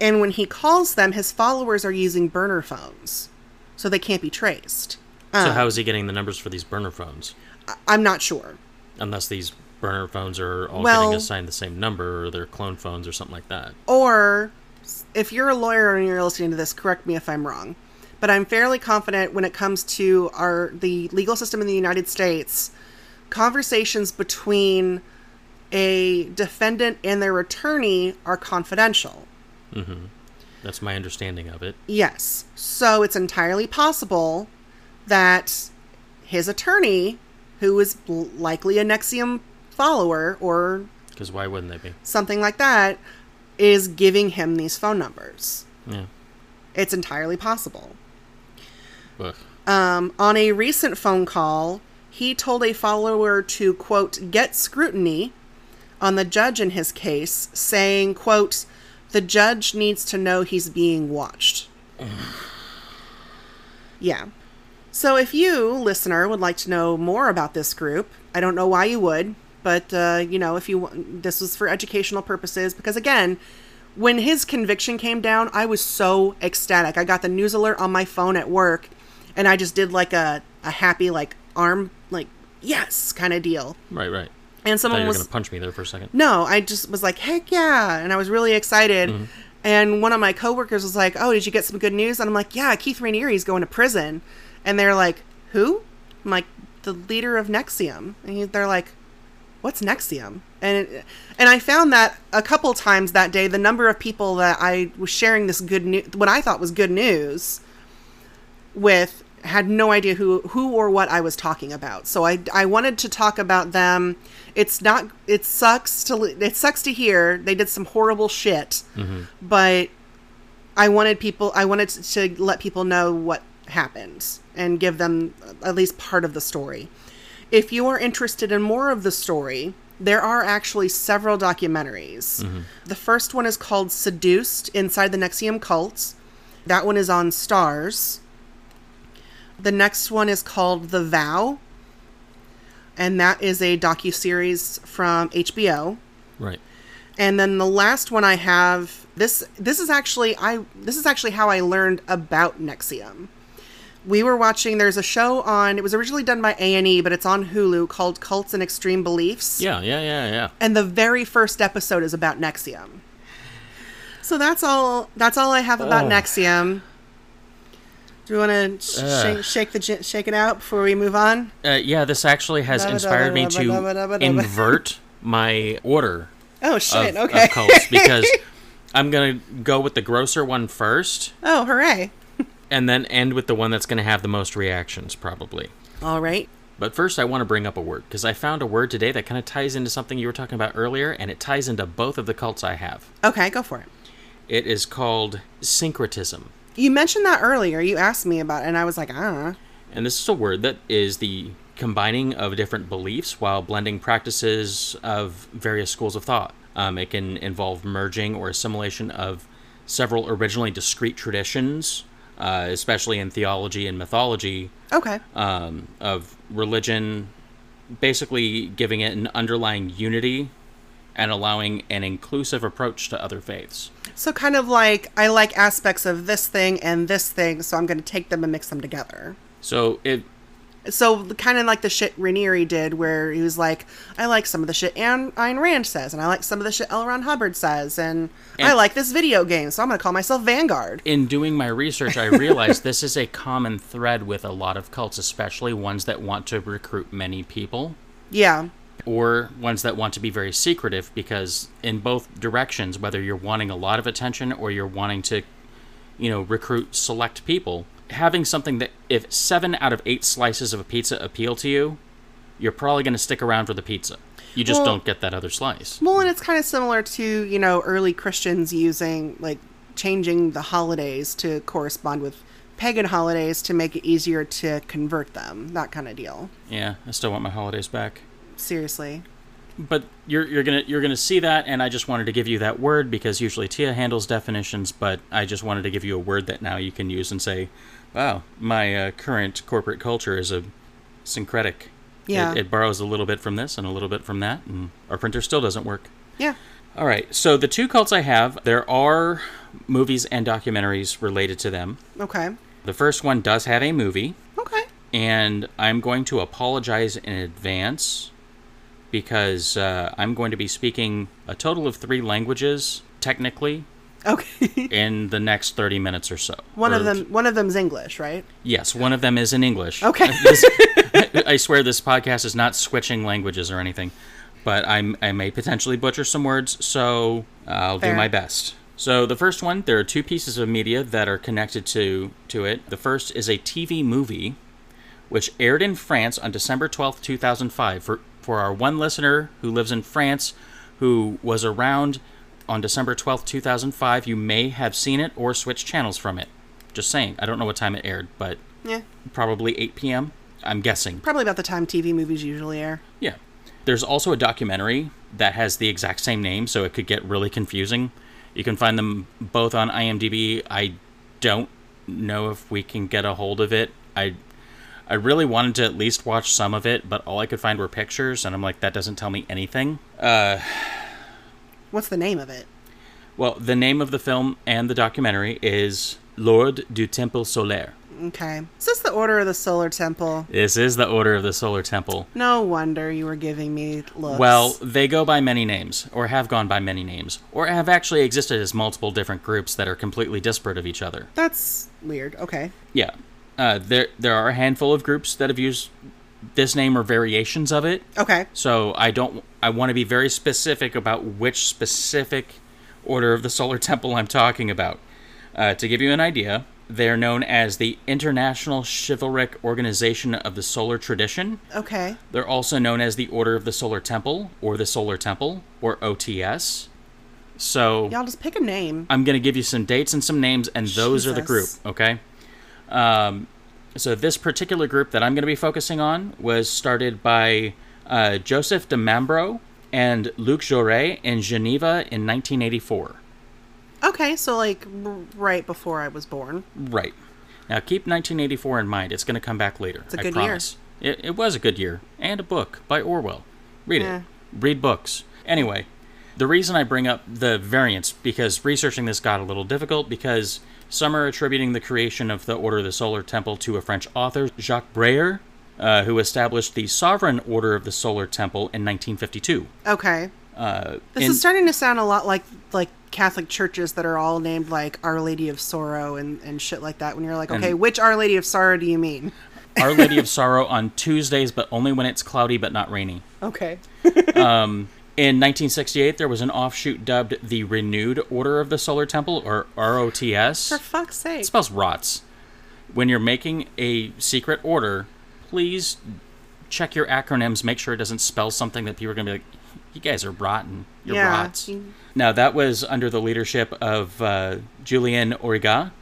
A: And when he calls them, his followers are using burner phones. So they can't be traced.
B: so how is he getting the numbers for these burner phones?
A: I- I'm not sure.
B: Unless these burner phones are all
A: Well-
B: getting assigned the same number or they're clone phones or something like that.
A: Or if you're a lawyer and you're listening to this, correct me if I'm wrong. But I'm fairly confident when it comes to our the legal system in the United States, conversations between a defendant and their attorney are confidential.
B: That's my understanding of it.
A: Yes. So it's entirely possible that his attorney, who is l- likely a Nexium follower or
B: Because why wouldn't they be?
A: something like that, is giving him these phone numbers.
B: Yeah.
A: It's entirely possible.
B: Ugh.
A: Um, on a recent phone call, he told a follower to, quote, get scrutiny on the judge in his case, saying, quote, the judge needs to know he's being watched. yeah. So if you, listener, would like to know more about this group, I don't know why you would, but, uh, you know, if you want, this was for educational purposes, because again, when his conviction came down, I was so ecstatic. I got the news alert on my phone at work, and I just did like a, a happy, like, arm, like, yes kind of deal.
B: Right, right.
A: And
B: thought
A: someone
B: you were
A: was
B: going to punch me there for a second.
A: no, I just was like, heck yeah. And I was really excited. And one of my coworkers was like, oh, did you get some good news? And I'm like, yeah, Keith Rainieri's going to prison. And they're like, who? I'm like, the leader of Nexium. And he, they're like, what's Nexium? And, it, and I found that a couple times that day, the number of people that I was sharing this good news, what I thought was good news, with had no idea who who or what I was talking about. So I I wanted to talk about them. It's not it sucks to li- it sucks to hear they did some horrible shit, but I wanted people I wanted to, to let people know what happened and give them at least part of the story. If you are interested in more of the story, there are actually several documentaries. The first one is called Seduced Inside the Nexium Cult. That one is on Stars. The next one is called The Vow, and that is a docu series from HBO.
B: Right.
A: And then the last one I have this this is actually I this is actually how I learned about Nexium. We were watching there's a show on it was originally done by A&E but it's on Hulu called Cults and Extreme Beliefs.
B: Yeah, yeah, yeah, yeah.
A: And the very first episode is about Nexium. So that's all that's all I have about
B: Oh.
A: Nexium. Do you want to
B: Ugh.
A: shake, shake the gi- shake it out before we move on?
B: Uh, yeah, this actually has inspired me to invert my order
A: Oh
B: of,
A: shit!
B: of
A: okay. [LAUGHS]
B: cults because I'm gonna go with the grosser one first,
A: oh hooray!
B: and then end with the one that's gonna have the most reactions probably.
A: All right.
B: But first, I want to bring up a word because I found a word today that kind of ties into something you were talking about earlier, and it ties into both of the cults I have.
A: Okay, go for it.
B: It is called syncretism.
A: You mentioned that earlier. You asked me about, it, and I was like, ah,
B: And this is a word that is the combining of different beliefs while blending practices of various schools of thought. Um, it can involve merging or assimilation of several originally discrete traditions, uh, especially in theology and mythology,
A: okay,
B: um, of religion, basically giving it an underlying unity and allowing an inclusive approach to other faiths.
A: so kind of like I like aspects of this thing and this thing, so I'm going to take them and mix them together.
B: So it
A: So kind of like the shit Ranieri did, where he was like, I like some of the shit Anne Ayn Rand says, and I like some of the shit L. Ron Hubbard says, and, I
B: And-
A: like this video game, so I'm going to call myself Vanguard.
B: in doing my research, I realized this is a common thread with a lot of cults, especially ones that want to recruit many people
A: Yeah,
B: or ones that want to be very secretive because in both directions whether you're wanting a lot of attention or you're wanting to you know recruit select people having something that if 7 out of 8 slices of a pizza appeal to you you're probably going to stick around for the pizza you just
A: Well-
B: don't get that other slice
A: Well, and it's kind of similar to, you know, early Christians using, like, changing the holidays to correspond with pagan holidays to make it easier to convert them. That kind of deal.
B: yeah i still want my holidays back
A: Seriously.
B: but you're you're gonna you're gonna see that, and I just wanted to give you that word because usually Tia handles definitions, but I just wanted to give you a word that now you can use and say, "Wow, my uh, current corporate culture is a syncretic."
A: Yeah.
B: it, it borrows a little bit from this and a little bit from that, and our printer still doesn't work.
A: Yeah.
B: All right, so the two cults I have, there are movies and documentaries related to them.
A: Okay.
B: The first one does have a movie
A: Okay.
B: and I'm going to apologize in advance because uh, I'm going to be speaking a total of three languages technically
A: Okay. [LAUGHS]
B: in the next 30 minutes or so.
A: one
B: Or-
A: of them one of them's English, right?
B: Yes, one of them is in English. [LAUGHS]
A: Okay.
B: This- I swear this podcast is not switching languages or anything, but I'm, I may potentially butcher some words, so I'll
A: Fair.
B: do my best. So the first one, there are two pieces of media that are connected to to it. The first is a TV movie, which aired in France on December twelfth, two thousand five. For for our one listener who lives in France, who was around on December twelfth, two thousand five, you may have seen it or switched channels from it. Just saying, I don't know what time it aired, but
A: Yeah.
B: probably 8 p.m. I'm guessing.
A: Probably about the time TV movies usually air.
B: Yeah. There's also a documentary that has the exact same name, so it could get really confusing. You can find them both on IMDb. I don't know if we can get a hold of it. I I really wanted to at least watch some of it, but all I could find were pictures, and I'm like, that doesn't tell me anything.
A: What's the name of it?
B: Well, the name of the film and the documentary is Lord du Temple Solaire.
A: Okay. Is this the Order of the Solar Temple?
B: This is the Order of the Solar Temple.
A: No wonder you were giving me looks.
B: Well, they go by many names, or have gone by many names, or have actually existed as multiple different groups that are completely disparate of each other.
A: that's weird. Okay.
B: Yeah, uh, there there are a handful of groups that have used this name or variations of it.
A: Okay.
B: So I don't. I want to be very specific about which specific order of the solar [LAUGHS] temple I'm talking about. Uh, to give you an idea, they're known as the International Chivalric Organization of the Solar Tradition.
A: Okay.
B: They're also known as the Order of the Solar Temple or the Solar Temple or OTS. So
A: Y'all just pick a name.
B: I'm going to give you some dates and some names, and those are the group,
A: Jesus.
B: okay? Um, so this particular group that I'm going to be focusing on was started by uh, Joseph de Mambro and Luc Jaurès in Geneva in 1984.
A: Okay, so like r- right before I was born.
B: Right. Now keep 1984 in mind. It's going to come back later. It's
A: a good
B: I
A: year.
B: promise. It, it was a good year. And a book by Orwell. Read
A: Yeah.
B: it. Read books. Anyway, The reason I bring up the variants because researching this got a little difficult because some are attributing the creation of the Order of the Solar Temple to a French author, Jacques Breyer, uh, who established the Sovereign Order of the Solar Temple in 1952.
A: Okay.
B: Uh,
A: This
B: in-
A: is starting to sound a lot like like Catholic churches that are all named like Our Lady of Sorrow and, and shit like that. When you're like, okay, which Our Lady of Sorrow do you mean?
B: Our
A: [LAUGHS]
B: Lady of Sorrow on Tuesdays, but only when it's cloudy but not rainy.
A: Okay.
B: In 1968, there was an offshoot dubbed the Renewed Order of the Solar Temple, or ROTS.
A: For fuck's sake.
B: It spells rots. When you're making a secret order, please check your acronyms. Make sure it doesn't spell something that people are going to be like, you guys are rotten. You're
A: Yeah.
B: rots. Now, that was under the leadership of uh, Julien Auriga,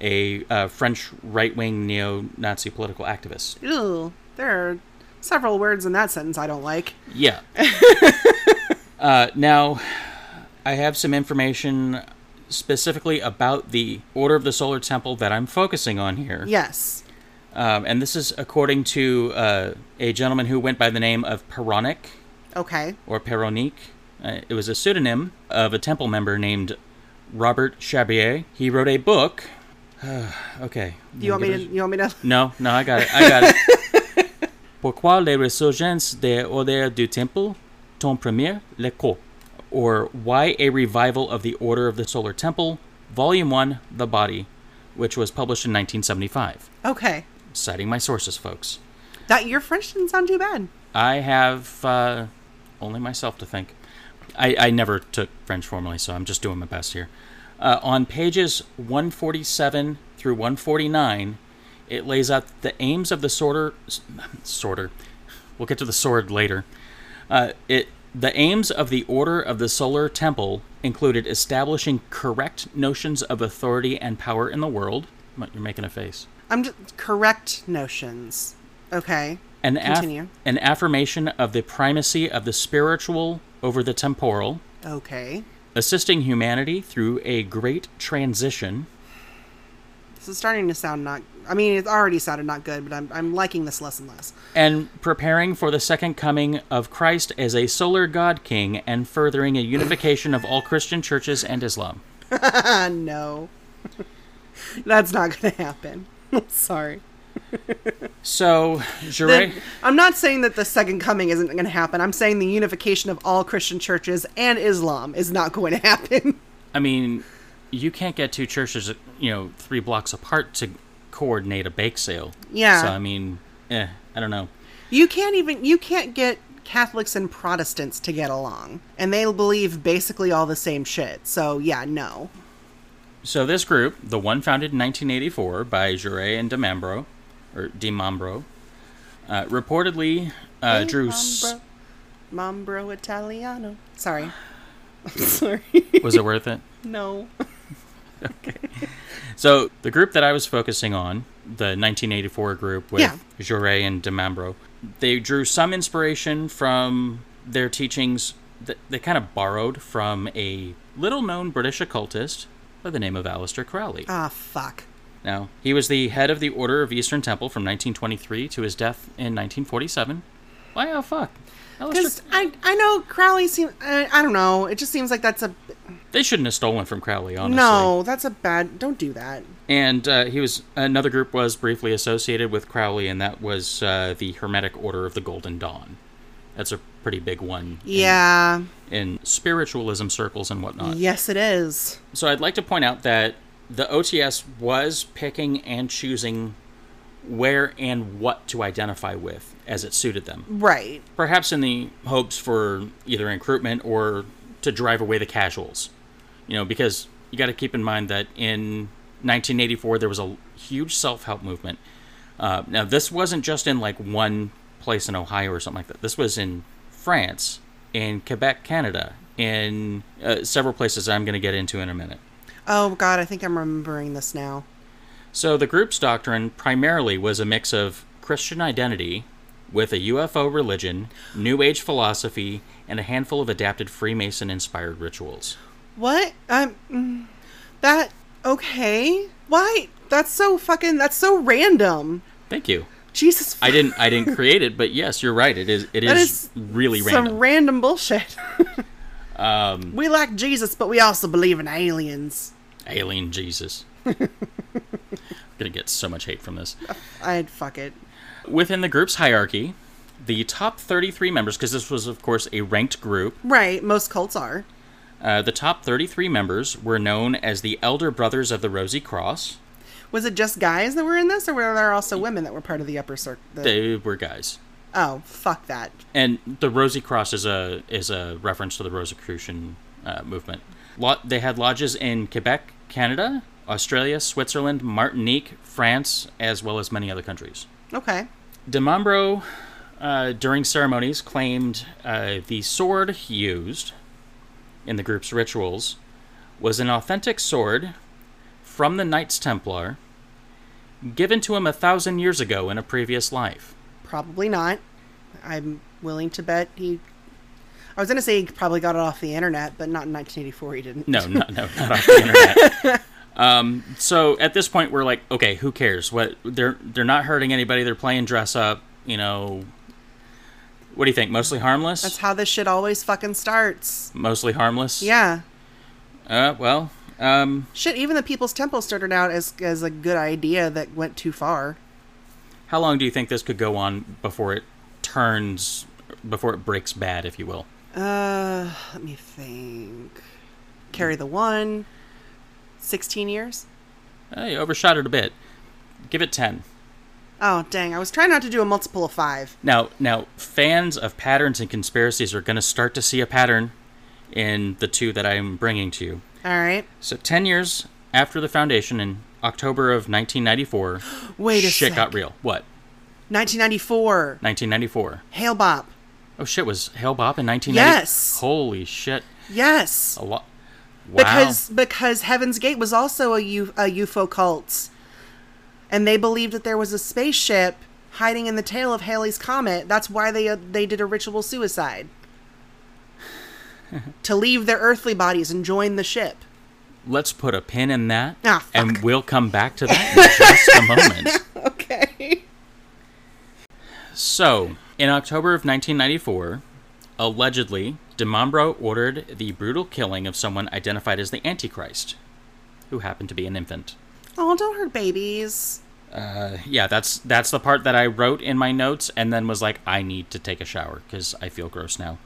B: a uh, French right wing neo Nazi political activist.
A: Ew. There are several words in that sentence I don't like.
B: Yeah. uh, now, I have some information specifically about the Order of the Solar Temple that I'm focusing on here.
A: Yes.
B: Um, and this is according to uh, a gentleman who went by the name of Peronic
A: Okay.
B: or Peronique. Uh, it was a pseudonym of a temple member named Robert Chabier. He wrote a book. [SIGHS] okay.
A: You want me to? You want me to? [LAUGHS]
B: No, no, I got it. I got it. Pourquoi les resurgences des ordres du temple, ton premier, le co? Or Why a Revival of the Order of the Solar Temple, Volume 1, The Body, which was published in 1975.
A: Okay.
B: Citing my sources, folks.
A: That your French didn't sound too bad.
B: I have uh, only myself to thank. I, I never took French formally, so I'm just doing my best here. Uh, on pages 147 through 149, it lays out the aims of the sorter. s- Sorter. We'll get to the sword later. Uh, it the aims of the Order of the Solar Temple included establishing correct notions of authority and power in the world. What, You're making a face
A: I'm just correct notions. Okay.
B: an, aff-
A: Continue.
B: an affirmation of the primacy of the spiritual over the temporal,
A: Okay.
B: assisting humanity through a great transition.
A: This is starting to sound not. I mean, it already sounded not good, but I'm I'm liking this less and less.
B: And preparing for the second coming of Christ as a solar god king and furthering a unification of all Christian churches and Islam.
A: Ah, no. [LAUGHS] That's not going to happen. [LAUGHS] Sorry.
B: So,
A: The-
B: Jure,
A: I'm not saying that the second coming isn't going to happen. I'm saying the unification of all Christian churches and Islam is not going to happen. [LAUGHS]
B: I mean, you can't get two churches, you know, three blocks apart to coordinate a bake sale.
A: Yeah.
B: So, I mean, eh, I don't know.
A: You can't even you can't get Catholics and Protestants to get along, and they believe basically all the same shit. So yeah, no.
B: So this group, the one founded in 1984 by Jure and DeMambro, or DiMambro, uh, reportedly uh, drew. S-
A: Mambro Italiano. [SIGHS] Sorry. [LAUGHS] Sorry.
B: was it worth it? [LAUGHS]
A: No.
B: So the group that I was focusing on, the 1984 group with
A: Yeah.
B: Jure and DeMambro, they drew some inspiration from their teachings. That they kind of borrowed from a little-known British occultist by the name of Aleister Crowley.
A: Ah, fuck.
B: Now, he was the head of the Order of Eastern Temple from 1923 to his death in 1947. Why oh fuck?
A: Because
B: Aleister,
A: I, I know Crowley seems. I, I don't know. It just seems like that's a
B: they shouldn't have stolen from Crowley, honestly.
A: no. That's a bad. Don't do that.
B: And uh, he was another group was briefly associated with Crowley, and that was uh, the Hermetic Order of the Golden Dawn. That's a pretty big one. in-
A: Yeah.
B: In, spiritualism circles and whatnot.
A: yes, it is.
B: So I'd like to point out that the OTS was picking and choosing where and what to identify with as it suited them.
A: Right.
B: perhaps in the hopes for either recruitment or to drive away the casuals. You know, because you got to keep in mind that in 1984 there was a huge self-help movement. Uh, now this wasn't just in like one place in Ohio or something like that. This was in France, in Quebec, Canada, in uh, several places I'm going to get into in a minute.
A: Oh God, I think I'm remembering this now.
B: So the group's doctrine primarily was a mix of Christian identity with a UFO religion, New Age philosophy, and a handful of adapted Freemason inspired rituals.
A: What? Um, mm, that okay? Why? That's so fucking. That's so random.
B: Thank you.
A: Jesus.
B: I didn't I didn't create it, but yes, you're right. It is it
A: That
B: is,
A: is
B: really
A: some
B: random.
A: random bullshit.
B: [LAUGHS] Um,
A: We like Jesus, but we also believe in aliens. [LAUGHS]
B: alien Jesus. I'm gonna get so much hate from this.
A: I'd fuck it.
B: Within the group's hierarchy, the top 33 members, because this was, of course, a ranked group,
A: Right, most cults are.
B: uh, the top 33 members were known as the Elder Brothers of the Rosy Cross.
A: Was it just guys that were in this, or were there also women that were part of the upper circle?
B: They were guys.
A: Oh, fuck that.
B: And the Rosy Cross is a is a reference to the Rosicrucian uh, movement. Lo- they had lodges in Quebec, Canada, Australia, Switzerland, Martinique, France, as well as many other countries.
A: Okay.
B: Demambro, uh, during ceremonies, claimed uh, the sword used in the group's rituals was an authentic sword from the Knights Templar, given to him a thousand years ago in a previous life.
A: Probably not. I'm willing to bet he. I was going to say he probably got it off the internet, but not in 1984. He didn't.
B: No, no, no, not off the internet.
A: [LAUGHS]
B: um, so at this point, we're like, okay, who cares? What they're they're not hurting anybody. They're playing dress up. You know, what do you think? Mostly harmless.
A: That's how this shit always fucking starts.
B: Mostly harmless.
A: Yeah.
B: Uh, well, um,
A: Shit, even the People's Temple started out as, as a good idea that went too far.
B: how long do you think this could go on before it turns, before it breaks bad, if you will?
A: Uh, let me think. Carry the one. 16 years?
B: Uh, you overshot it a bit. Give it ten.
A: Oh, dang. I was trying not to do a multiple of five.
B: Now, now, fans of patterns and conspiracies are going to start to see a pattern in the two that I'm bringing to you.
A: All right.
B: So 10 years after the foundation in October of 1994,
A: [GASPS] Wait a
B: shit
A: sec.
B: got real. What?
A: 1994.
B: 1994.
A: Hail Bop.
B: Oh shit, was Hale Bop in 1990?
A: Yes.
B: Holy shit.
A: Yes.
B: A lot. Wow.
A: Because because Heaven's Gate was also a, U- a UFO cult. And they believed that there was a spaceship hiding in the tail of Halley's Comet. That's why they uh, they did a ritual suicide. to leave their earthly bodies and join the ship.
B: Let's put a pin in that
A: Ah, fuck.
B: and we'll come back
A: [LAUGHS]
B: to that in just a moment.
A: Okay.
B: So, in October of 1994, allegedly, DeMambro ordered the brutal killing of someone identified as the Antichrist, who happened to be an infant.
A: Oh, don't hurt babies.
B: Uh, yeah, that's that's the part that I wrote in my notes, and then was like, I need to take a shower because I feel gross now.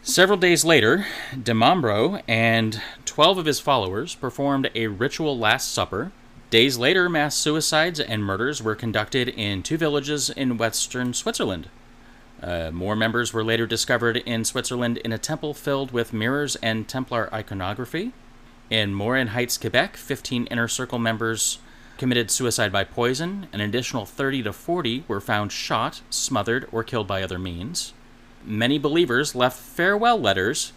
B: Several days later, Demambro and twelve of his followers performed a ritual Last Supper. Days later, mass suicides and murders were conducted in two villages in western Switzerland. Uh, more members were later discovered in Switzerland in a temple filled with mirrors and Templar iconography. In Morin Heights, Quebec, 15 Inner Circle members committed suicide by poison. An additional 30 to 40 were found shot, smothered, or killed by other means. Many believers left farewell letters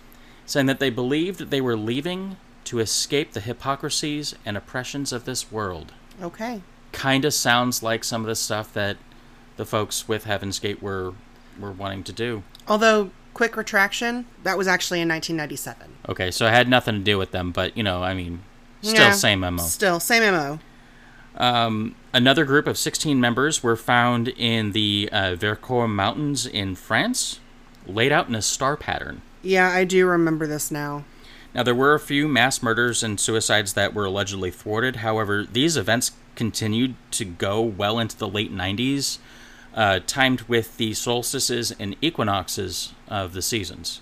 B: saying that they believed they were leaving to escape the hypocrisies and oppressions of this world.
A: Okay.
B: Kind of sounds like some of the stuff that the folks with Heaven's Gate were were wanting to do.
A: Although quick retraction, that was actually in 1997.
B: Okay, so it had nothing to do with them, but you know, I mean, still
A: Yeah.
B: same MO.
A: Still same MO.
B: Um, another group of 16 members were found in the uh, Vercors Mountains in France, laid out in a star pattern.
A: Yeah, I do remember this now.
B: Now, there were a few mass murders and suicides that were allegedly thwarted. However, these events continued to go well into the late 90s, uh, timed with the solstices and equinoxes of the seasons.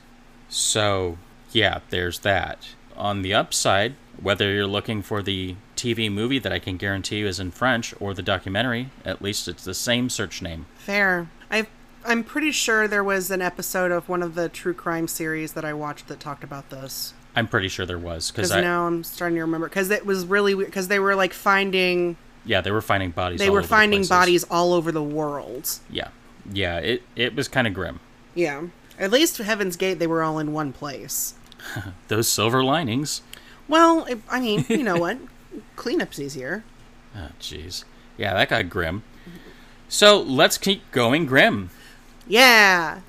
B: So, yeah, there's that. On the upside, whether you're looking for the TV movie that I can guarantee you is in French or the documentary, at least it's the same search name.
A: Fair. I I'm pretty sure there was an episode of one of the true crime series that I watched that talked about this.
B: I'm pretty sure there was because
A: Because
B: I
A: now I'm starting to remember. Because it was really weird. Because they were like finding
B: yeah they were finding bodies.
A: they
B: all
A: were
B: over the
A: finding
B: places.
A: bodies all over the world.
B: Yeah, yeah. It it was kind of grim.
A: Yeah. At least Heaven's Gate, they were all in one place.
B: those silver linings.
A: Well, it, I mean, you
B: [LAUGHS]
A: know what? Cleanup's easier.
B: Oh, jeez. Yeah, that got grim. So let's keep going grim.
A: Yeah.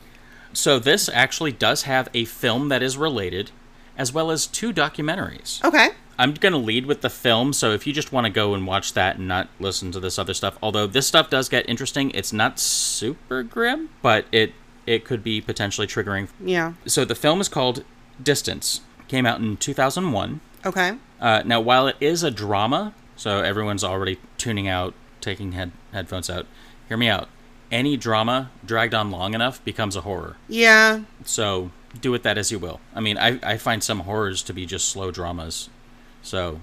B: So this actually does have a film that is related, as well as two documentaries.
A: Okay.
B: I'm going to lead with the film, so if you just want to go and watch that and not listen to this other stuff, although this stuff does get interesting, it's not super grim, but it it could be potentially triggering
A: Yeah.
B: so the film is called Distance came out in 2001.
A: Okay.
B: Uh, now, while it is a drama, so everyone's already tuning out, taking head- headphones out, hear me out. Any drama dragged on long enough becomes a horror.
A: Yeah.
B: So do with that as you will. I mean, I, I find some horrors to be just slow dramas. So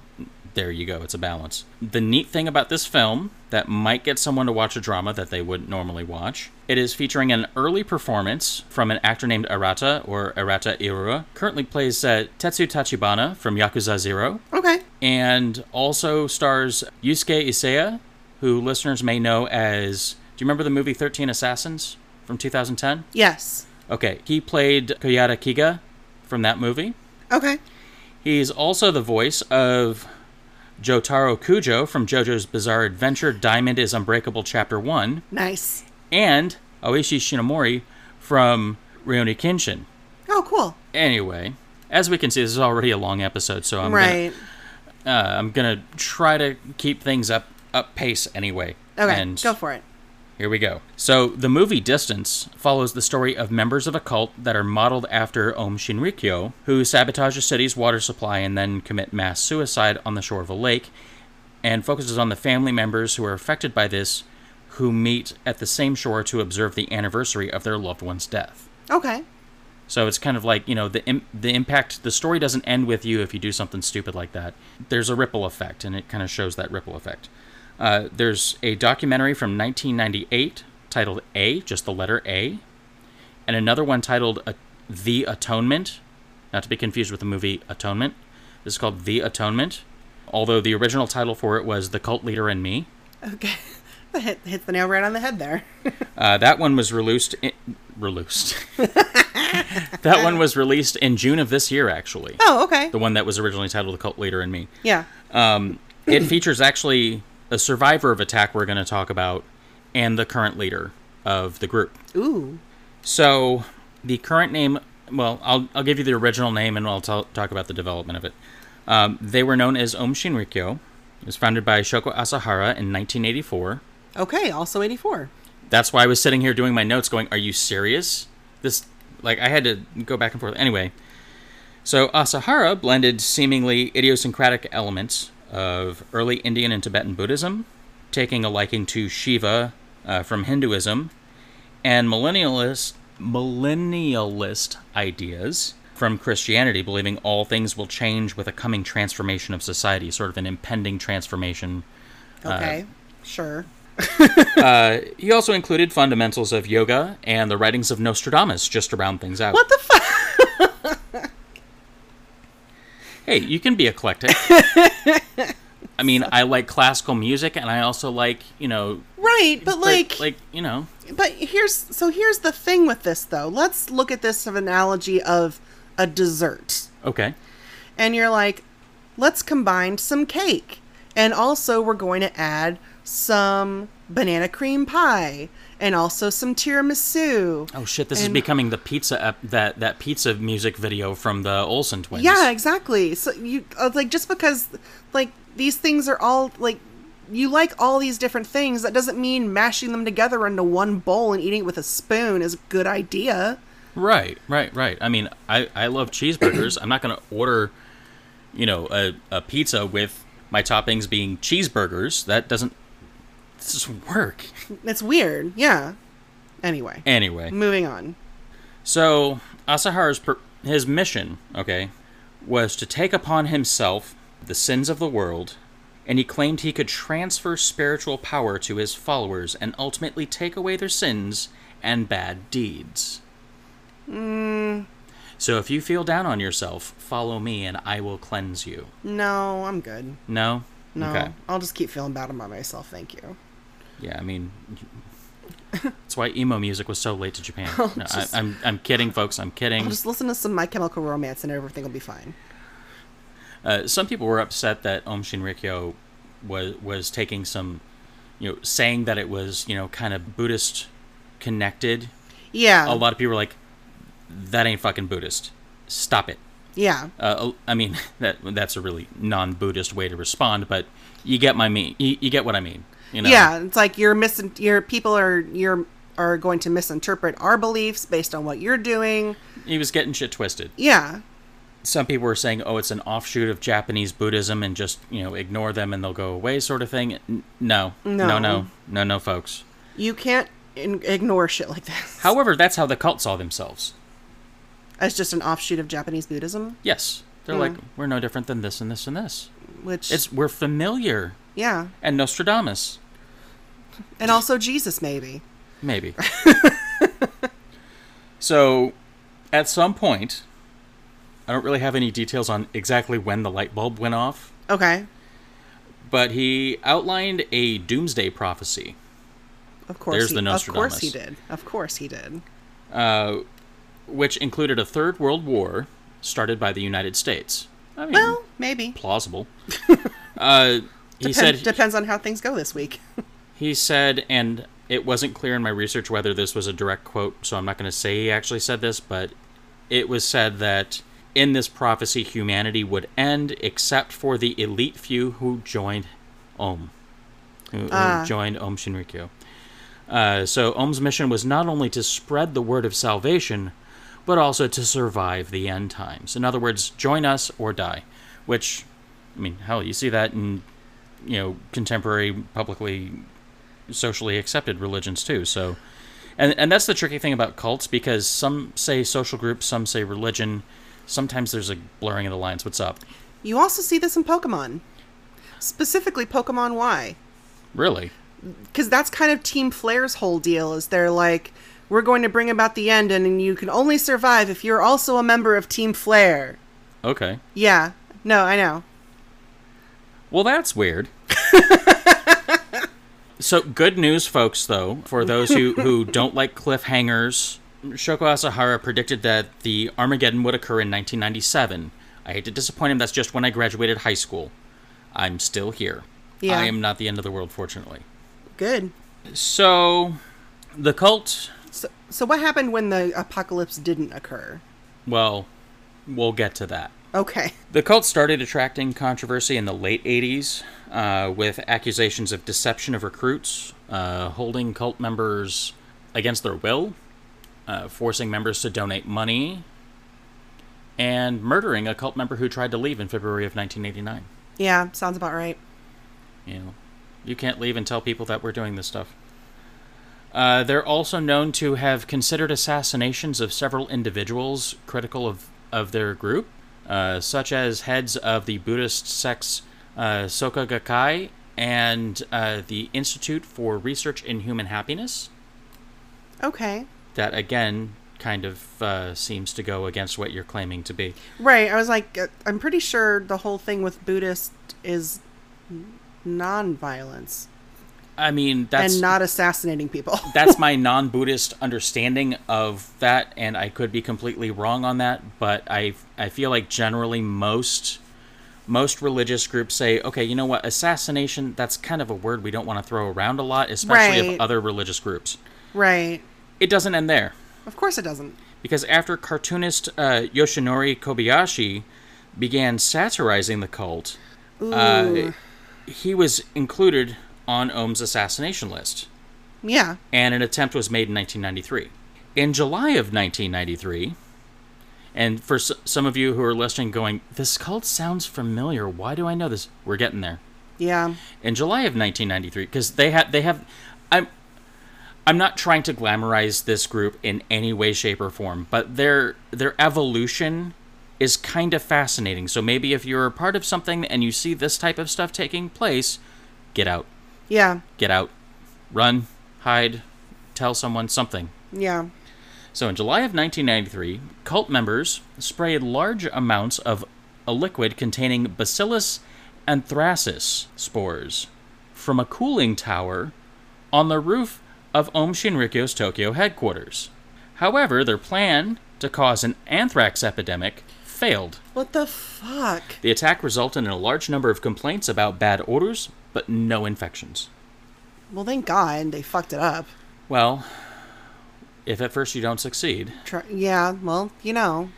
B: there you go. It's a balance. The neat thing about this film that might get someone to watch a drama that they wouldn't normally watch, it is featuring an early performance from an actor named Arata or Arata Irua. Currently plays uh, Tetsu Tachibana from Yakuza 0
A: Okay.
B: and also stars Yusuke Isaya, who listeners may know as Do you remember the movie 13 Assassins from 2010?
A: Yes.
B: Okay, he played Koyata Kiga from that movie.
A: Okay.
B: He's also the voice of Jotaro Kujo from JoJo's Bizarre Adventure Diamond is Unbreakable Chapter 1
A: Nice.
B: and Oishi Shinomori from Rurouni Kenshin.
A: Oh, cool.
B: Anyway, as we can see, this is already a long episode, so I'm
A: right.
B: gonna, uh, I'm gonna try to keep things up up pace anyway.
A: okay.
B: and
A: Go for it.
B: Here we go. So, the movie Distance follows the story of members of a cult that are modeled after Om Shinrikyo, who sabotage a city's water supply and then commit mass suicide on the shore of a lake, and focuses on the family members who are affected by this, who meet at the same shore to observe the anniversary of their loved one's death.
A: Okay.
B: So it's kind of like you know the Im- the impact. The story doesn't end with you if you do something stupid like that. There's a ripple effect, and it kind of shows that ripple effect. Uh, there's a documentary from 1998 titled A, just the letter A, and another one titled uh, The Atonement, not to be confused with the movie Atonement. This is called The Atonement, although the original title for it was The Cult Leader and Me.
A: Okay. [LAUGHS] That hit, hit the nail right on the head there. [LAUGHS]
B: Uh, that one was released. In- released. [LAUGHS] that one was released in June of this year, actually.
A: Oh, okay.
B: The one that was originally titled "The Cult Leader and Me."
A: Yeah.
B: Um, it features actually a survivor of attack we're going to talk about, and the current leader of the group.
A: Ooh.
B: So the current name, well, I'll, I'll give you the original name and I'll t- talk about the development of it. Um, they were known as Om Shinrikyo. It was founded by Shoko Asahara in 1984.
A: Okay. Also 84.
B: That's why I was sitting here doing my notes going, Are you serious? This, like, I had to go back and forth. Anyway, so Asahara blended seemingly idiosyncratic elements of early Indian and Tibetan Buddhism, taking a liking to Shiva uh, from Hinduism, and millennialist, millennialist ideas from Christianity, believing all things will change with a coming transformation of society, sort of an impending transformation
A: Okay. sure.
B: Uh, He also included fundamentals of yoga and the writings of Nostradamus just to round things out.
A: What the fuck?
B: Hey, you can be [LAUGHS] eclectic. I mean, I like classical music and I also like, you know,
A: Right. But like,
B: like you know,
A: but here's so here's the thing with this though. Let's look at this of analogy of a dessert.
B: okay.
A: and you're like, let's combine some cake. And also, we're going to add some banana cream pie and also some tiramisu.
B: Oh shit, this is
A: And-
B: becoming the pizza ep- that that pizza music video from the Olsen twins.
A: Yeah, exactly. So, you uh, like, just because, like, these things are all, like, you like all these different things, that doesn't mean mashing them together into one bowl and eating it with a spoon is a good idea.
B: Right, right, right. I mean, I I love [CLEARS THROAT] cheeseburgers. I'm not going to order, you know, a a pizza with my toppings being cheeseburgers. That doesn't this doesn't work.
A: It's weird. Yeah. Anyway,
B: Anyway,
A: moving on.
B: So Asahara's per- his mission, okay, was to take upon himself the sins of the world, and he claimed he could transfer spiritual power to his followers and ultimately take away their sins and bad deeds.
A: Hmm.
B: So if you feel down on yourself, follow me and I will cleanse you.
A: No, I'm good.
B: No?
A: No, I'll just keep feeling bad about myself. Thank you.
B: Yeah, I mean, that's why emo music was so late
A: [LAUGHS]
B: to Japan. No,
A: just-
B: I, I'm, I'm kidding, folks. I'm kidding.
A: I'll just listen to some My Chemical Romance and everything will be fine.
B: Uh, some people were upset that Om Shinrikyo was was taking some, you know, saying that it was you know kind of Buddhist connected.
A: Yeah.
B: A lot of people were like, "That ain't fucking Buddhist. Stop it."
A: Yeah.
B: Uh, I mean, [LAUGHS] that that's a really non-Buddhist way to respond, but you get my mean. You, you get what I mean. You know.
A: Yeah. It's like you're missing. Your people are you're are going to misinterpret our beliefs based on what you're doing.
B: He was getting shit twisted.
A: Yeah.
B: some people were saying, "Oh, it's an offshoot of Japanese Buddhism, and just you know ignore them and they'll go away," sort of thing. N- no, no, no, no, no, no folks.
A: You can't in- ignore shit like this. [LAUGHS]
B: However, that's how the cult saw themselves.
A: As just an offshoot of Japanese Buddhism,
B: Yes, they're like, "We're no different than this and this and this.
A: which
B: It's we're familiar."
A: yeah,
B: And Nostradamus,
A: and also Jesus maybe. [LAUGHS]
B: Maybe. so, at some point, I don't really have any details on exactly when the light bulb went off,
A: Okay,
B: but he outlined a doomsday prophecy.
A: of course.
B: There's
A: he,
B: the
A: of course
B: Nostradamus. Hmm.
A: he did. Of course he did.
B: uh, which included a third world war started by the United States. I mean,
A: Well, maybe. [LAUGHS]
B: plausible. uh, he
A: Depend-
B: said
A: depends on how things go this week. [LAUGHS]
B: he said, and it wasn't clear in my research whether this was a direct quote, so I'm not going to say he actually said this, but it was said that in this prophecy, humanity would end except for the elite few who joined Om, who, who
A: Ah.
B: joined Om Shinrikyo. Uh, so Om's mission was not only to spread the word of salvation, but also to survive the end times. In other words, join us or die. Which, I mean, hell, you see that in you know contemporary, publicly, socially accepted religions too. So, and and that's the tricky thing about cults because some say social groups, some say religion. Sometimes there's a blurring of the lines. What's up?
A: You also see this in Pokemon, specifically Pokemon Y.
B: Really?
A: because that's kind of Team Flair's whole deal is they're like, we're going to bring about the end, and you can only survive if you're also a member of Team Flair.
B: Okay.
A: Yeah, no, I know.
B: Well, that's weird. [LAUGHS] so, good news, folks, though, for those who, who don't like cliffhangers, Shoko Asahara predicted that the Armageddon would occur in 1997. I hate to disappoint him, that's just when I graduated high school. I'm still here.
A: Yeah.
B: I am not the end of the world, fortunately.
A: Good.
B: So, the cult,
A: So, so what happened when the apocalypse didn't occur?
B: well, we'll get to that.
A: Okay.
B: The cult started attracting controversy in the late 80s uh, with accusations of deception of recruits, uh, holding cult members against their will, uh, forcing members to donate money, and murdering a cult member who tried to leave in February of 1989.
A: Yeah, sounds about right.
B: You know, you can't leave and tell people that we're doing this stuff. Uh, they're also known to have considered assassinations of several individuals critical of, of their group, uh, such as heads of the Buddhist sects uh, Soka Gakkai and uh, the Institute for Research in Human Happiness.
A: Okay.
B: That, again, kind of uh, seems to go against what you're claiming to be.
A: Right. I was like, uh, I'm pretty sure the whole thing with Buddhist is non-violence
B: I mean, that's.
A: and not assassinating people. [LAUGHS]
B: that's my non-Buddhist understanding of that, and I could be completely wrong on that. But I I feel like generally most most religious groups say, okay, you know what, assassination. That's kind of a word we don't want to throw around a lot, especially
A: Right.
B: of other religious groups.
A: right.
B: It doesn't end there
A: Of course it doesn't.
B: because after cartoonist uh, Yoshinori Kobayashi began satirizing the cult, uh, he was included on Ohm's assassination list
A: Yeah.
B: and an attempt was made in 1993. In July of 1993, and for s- some of you who are listening going, this cult sounds familiar. Why do I know this? We're getting there.
A: Yeah.
B: In July of 1993 because they have they have I'm I'm not trying to glamorize this group in any way shape or form, but their their evolution is kind of fascinating. So maybe if you're a part of something and you see this type of stuff taking place, get out
A: Yeah.
B: get out, run, hide, tell someone something.
A: Yeah.
B: So in July of 1993, cult members sprayed large amounts of a liquid containing Bacillus anthracis spores from a cooling tower on the roof of Om Shinrikyo's Tokyo headquarters. However, their plan to cause an anthrax epidemic failed.
A: What the fuck?
B: The attack resulted in a large number of complaints about bad odors, but no infections.
A: Well, thank God they fucked it up.
B: Well, if at first you don't succeed.
A: Try- yeah, well, you know.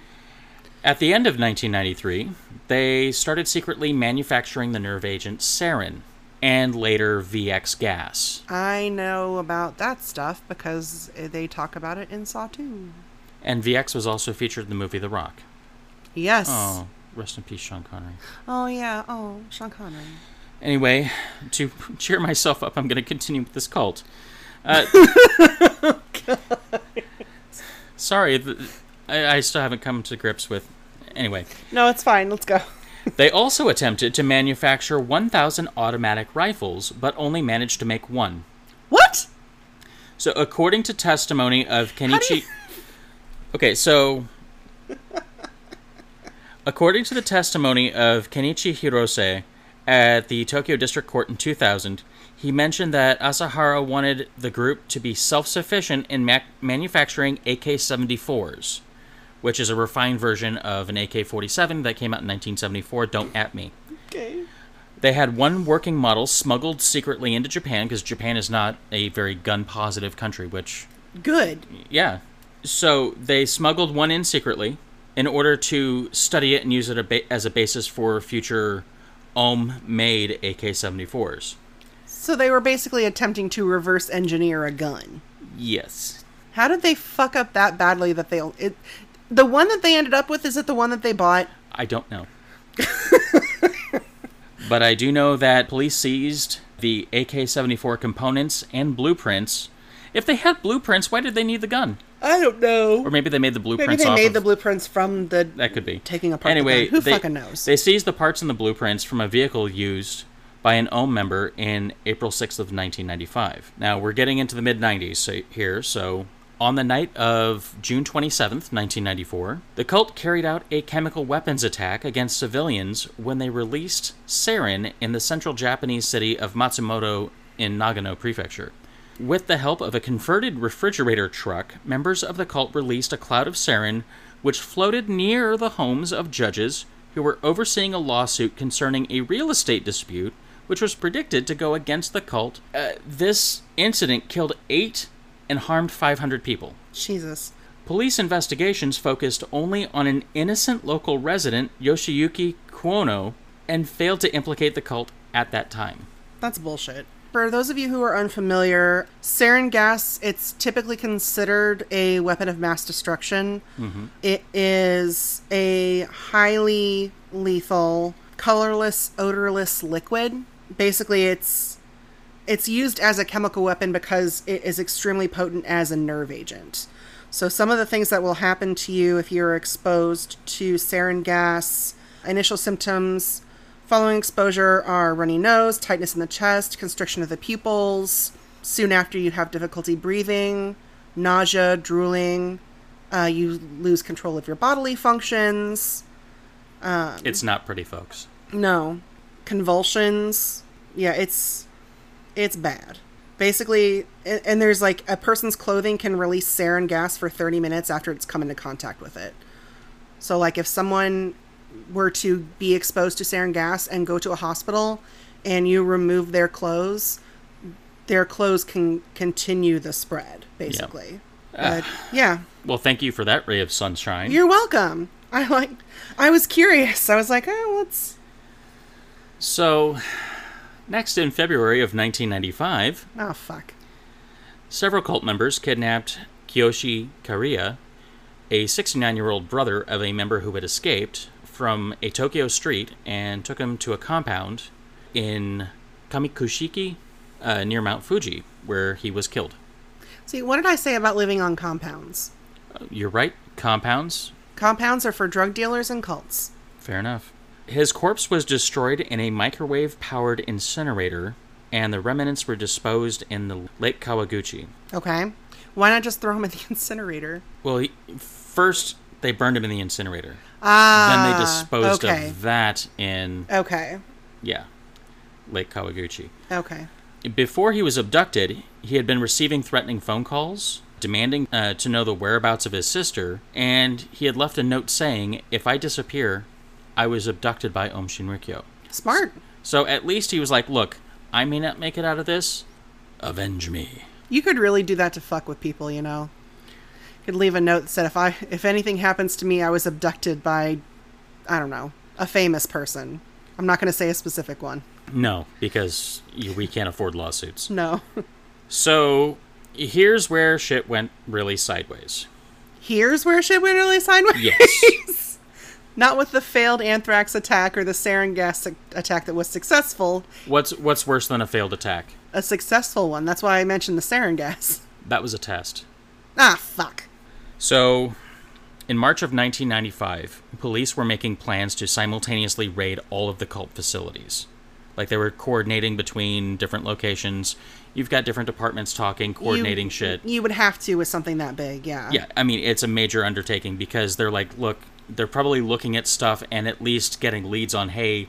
B: At the end of 1993, they started secretly manufacturing the nerve agent sarin and later VX gas.
A: I know about that stuff because they talk about it in Saw 2.
B: And VX was also featured in the movie The Rock.
A: Yes.
B: Oh, rest in peace, Sean Connery.
A: Oh, yeah. Oh, Sean Connery.
B: Anyway, to [LAUGHS] cheer myself up, I'm going to continue with this cult. Uh, sorry, th- I, I still haven't come to grips with. Anyway,
A: No, it's fine. Let's go.
B: they also attempted to manufacture 1,000 automatic rifles, but only managed to make one.
A: What?
B: So, according to testimony of
A: do
B: Kenichi.
A: you-
B: [LAUGHS] Okay, so. according to the testimony of Kenichi Hirose at the Tokyo District Court in 2000, he mentioned that Asahara wanted the group to be self sufficient in mac- manufacturing AK 74s, which is a refined version of an AK 47 that came out in 1974. Don't at me.
A: Okay.
B: They had one working model smuggled secretly into Japan because Japan is not a very gun positive country, which,
A: Good.
B: yeah. So they smuggled one in secretly in order to study it and use it a ba- as a basis for future OM made AK 74s.
A: So they were basically attempting to reverse engineer a gun.
B: Yes.
A: How did they fuck up that badly that they it the one that they ended up with is it the one that they bought?
B: I don't know. [LAUGHS] but I do know that police seized the AK 74 components and blueprints. If they had blueprints, why did they need the gun?
A: I don't
B: Or
A: know.
B: maybe they made the blueprints
A: Maybe they
B: off
A: made
B: of-
A: the blueprints from the
B: That could be
A: Taking apart the
B: Anyway,
A: gun. Who
B: they-
A: fucking knows?
B: They seized the parts and the blueprints from a vehicle used by an OM member in April 6th of 1995. Now we're getting into the mid 90s so, here. So on the night of June 27th, 1994, the cult carried out a chemical weapons attack against civilians when they released sarin in the central Japanese city of Matsumoto in Nagano Prefecture. With the help of a converted refrigerator truck, members of the cult released a cloud of sarin which floated near the homes of judges who were overseeing a lawsuit concerning a real estate dispute which was predicted to go against the cult. Uh, this incident killed eight and harmed 500 people.
A: Jesus.
B: Police investigations focused only on an innocent local resident, Yoshiyuki Kuono, and failed to implicate the cult at that time.
A: That's bullshit. For those of you who are unfamiliar, sarin gas, it's typically considered a weapon of mass destruction. It is a highly lethal, colorless, odorless liquid. Basically, it's it's used as a chemical weapon because it is extremely potent as a nerve agent. So some of the things that will happen to you if you're exposed to sarin gas, initial symptoms following exposure are runny nose, tightness in the chest, constriction of the pupils. Soon after you have difficulty breathing, nausea, drooling, uh, you lose control of your bodily functions.
B: It's not pretty, folks.
A: No. Convulsions. Yeah, it's it's bad. Basically, and, and there's like a person's clothing can release sarin gas for 30 minutes after it's come into contact with it. So like if someone were to be exposed to sarin gas and go to a hospital and you remove their clothes, their clothes can continue the spread basically. But, yeah.
B: Well, thank you for that ray of sunshine.
A: You're welcome. I like I was curious. I was like, "Oh, what's
B: So, next in February of 1995,
A: oh fuck."
B: several cult members kidnapped Kiyoshi Kariya, a 69 year old brother of a member who had escaped, from a Tokyo street and took him to a compound in Kamikushiki uh, near Mount Fuji, where he was killed.
A: See, what did I say about living on compounds?
B: Uh, You're right, compounds,
A: Compounds are for drug dealers and cults.
B: Fair enough. His corpse was destroyed in a microwave powered incinerator, and the remnants were disposed in the Lake Kawaguchi.
A: Okay? Why not just throw them in the [LAUGHS] incinerator?
B: Well, he, first they burned him in the incinerator.
A: Ah.
B: then they disposed
A: okay.
B: of that in,
A: Okay.
B: yeah, Lake Kawaguchi.
A: Okay.
B: Before he was abducted, he had been receiving threatening phone calls, demanding uh, to know the whereabouts of his sister, and he had left a note saying, If I disappear, I was abducted by Om Shinrikyo.
A: Smart.
B: So at least he was like, look, I may not make it out of this. Avenge me.
A: You could really do that to fuck with people, you know. You could leave a note that said if I if anything happens to me, I was abducted by I don't know, a famous person. I'm not going to say a specific one.
B: No, because you, we can't afford lawsuits.
A: No. [LAUGHS]
B: So here's where shit went really sideways.
A: Here's where shit went really sideways.
B: Yes.
A: Not with the failed anthrax attack or the sarin gas ac- attack that was successful,
B: What's what's worse than a failed attack?
A: a successful one. That's why I mentioned the sarin gas. [LAUGHS]
B: That was a test.
A: Ah, fuck.
B: So, in March of 1995, police were making plans to simultaneously raid all of the cult facilities. Like they were coordinating between different locations. You've got different departments talking, coordinating
A: you,
B: shit.
A: You would have to with something that big, yeah.
B: Yeah, I mean, it's a major undertaking because they're like, look, they're probably looking at stuff and at least getting leads on, hey,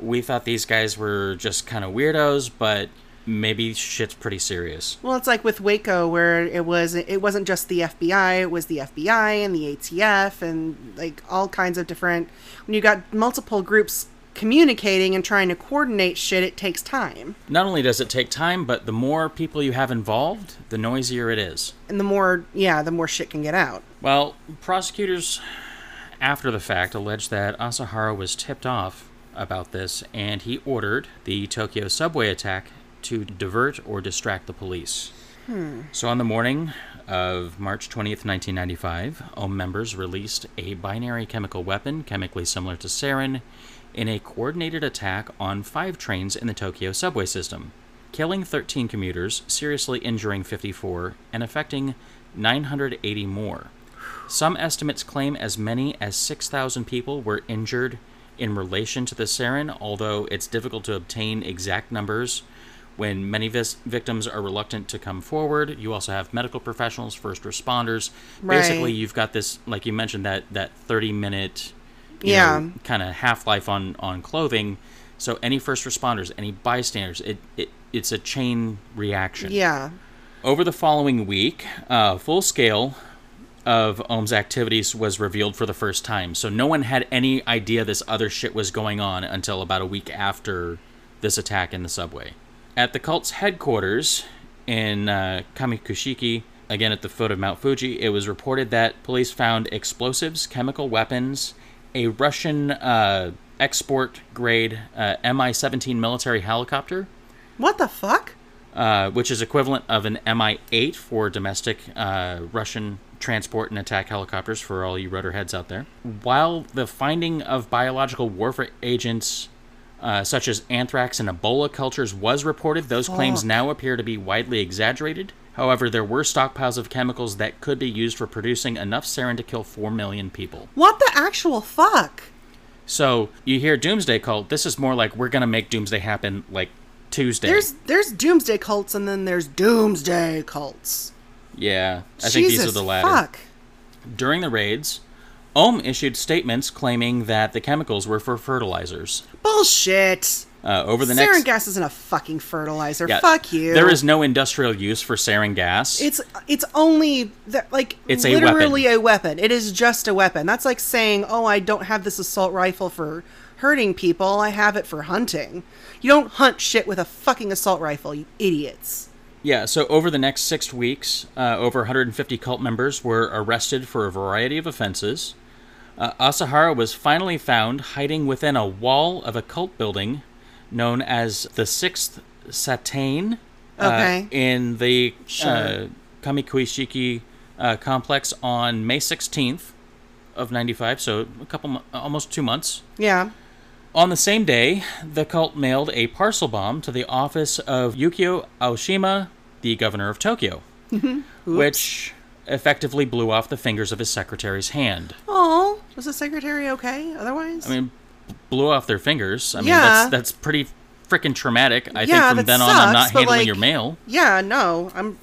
B: we thought these guys were just kind of weirdos, but maybe shit's pretty serious.
A: Well, it's like with Waco, where it was it wasn't just the FBI; it was the FBI and the ATF and like all kinds of different. When you got multiple groups communicating and trying to coordinate shit, it takes time.
B: Not only does it take time, but the more people you have involved, the noisier it is.
A: And the more, yeah, the more shit can get out.
B: Well, prosecutors after the fact alleged that Asahara was tipped off about this and he ordered the Tokyo subway attack to divert or distract the police. So on the morning of March 20th, 1995, OM members released a binary chemical weapon chemically similar to sarin in a coordinated attack on five trains in the Tokyo subway system, killing 13 commuters, seriously injuring 54, and affecting 980 more. Some estimates claim as many as 6,000 people were injured in relation to the sarin, although it's difficult to obtain exact numbers. When many vis- victims are reluctant to come forward, you also have medical professionals, first responders. Basically,
A: Right.
B: you've got this, like you mentioned, that that 30 minute
A: Yeah.
B: kind of half life on on clothing. So any first responders, any bystanders, it, it it's a chain reaction.
A: Yeah,
B: Over the following week, uh, full scale of Ohm's activities was revealed for the first time. So no one had any idea this other shit was going on until about a week after this attack in the subway. At the cult's headquarters in uh, Kamikushiki, again at the foot of Mount Fuji, it was reported that police found explosives, chemical weapons, a Russian uh, export grade uh, Mi 17 military helicopter
A: what the fuck?
B: uh, which is equivalent of an Mi-8 for domestic uh, Russian transport and attack helicopters for all you rotor heads out there. While the finding of biological warfare agents uh, such as anthrax and Ebola cultures was reported, those claims now appear to be widely exaggerated. However, there were stockpiles of chemicals that could be used for producing enough sarin to kill 4 million people.
A: What the actual fuck?
B: So, you hear doomsday cult, this is more like we're going to make doomsday happen like Tuesday.
A: There's there's doomsday cults and then there's doomsday cults.
B: yeah, I
A: Jesus
B: think these are the latter.
A: fuck.
B: During the raids, Ohm issued statements claiming that the chemicals were for fertilizers.
A: Bullshit.
B: Uh, over the
A: Sarin
B: next,
A: gas isn't a fucking fertilizer.
B: Yeah,
A: fuck you.
B: There is no industrial use for sarin gas.
A: It's it's only that like
B: It's a
A: literally a weapon. It is just a weapon. That's like saying, "Oh, I don't have this assault rifle for hurting people. I have it for hunting." You don't hunt shit with a fucking assault rifle, you idiots.
B: yeah. So over the next six weeks, uh, over 150 cult members were arrested for a variety of offenses. Uh, Asahara was finally found hiding within a wall of a cult building known as the Sixth Satane. uh,
A: Okay.
B: in the uh,
A: Sure.
B: Kamikuishiki uh, complex on May 16th of 95, so a couple, mo- almost two months.
A: Yeah.
B: On the same day, the cult mailed a parcel bomb to the office of Yukio Aoshima, the governor of
A: [LAUGHS]
B: Tokyo, which effectively blew off the fingers of his secretary's hand.
A: Oh, was the secretary okay? Otherwise,
B: I mean, blew off their fingers. I mean,
A: Yeah.
B: that's, that's pretty freaking traumatic. I
A: Yeah,
B: think from
A: that
B: then on, I'm not
A: sucks, but,
B: handling
A: like-
B: your mail.
A: yeah, no, I'm.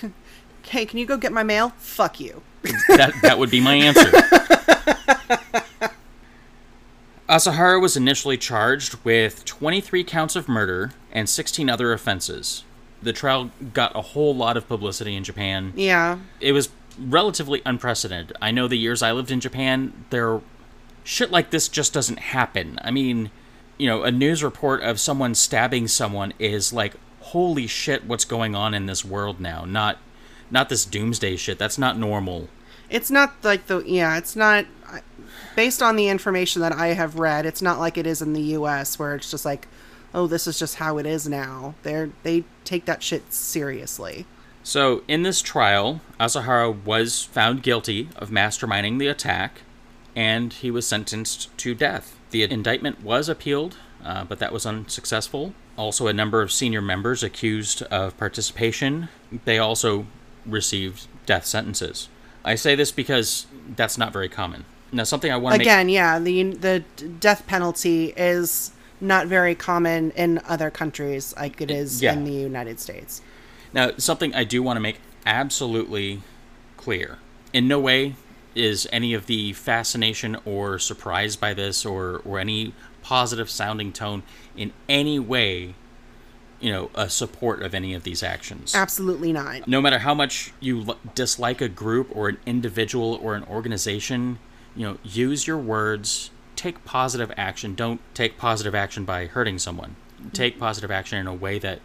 A: [LAUGHS] Hey, can you go get my mail? Fuck you.
B: that that would be my answer. [LAUGHS] Asahara was initially charged with 23 counts of murder and 16 other offenses. The trial got a whole lot of publicity in Japan.
A: Yeah.
B: It was relatively unprecedented. I know the years I lived in Japan, there shit like this just doesn't happen. I mean, you know, a news report of someone stabbing someone is like holy shit what's going on in this world now. Not not this doomsday shit. That's not normal.
A: It's not like the yeah. It's not I- based on the information that I have read. It's not like it is in the U.S. where it's just like, oh, this is just how it is now. They they take that shit seriously.
B: So, in this trial, Asahara was found guilty of masterminding the attack, and he was sentenced to death. The indictment was appealed, uh, but that was unsuccessful. Also, a number of senior members accused of participation. They also received death sentences. I say this because that's not very common. Now, something I want to
A: Again, yeah, the the death penalty is not very common in other countries like it is
B: yeah.
A: in the United States.
B: Now, something I do want to make absolutely clear. In no way is any of the fascination or surprise by this or, or any positive sounding tone in any way, you know, a support of any of these actions.
A: Absolutely not.
B: No matter how much you l- dislike a group or an individual or an organization, you know, use your words, take positive action. Don't take positive action by hurting someone. Take positive action in a way that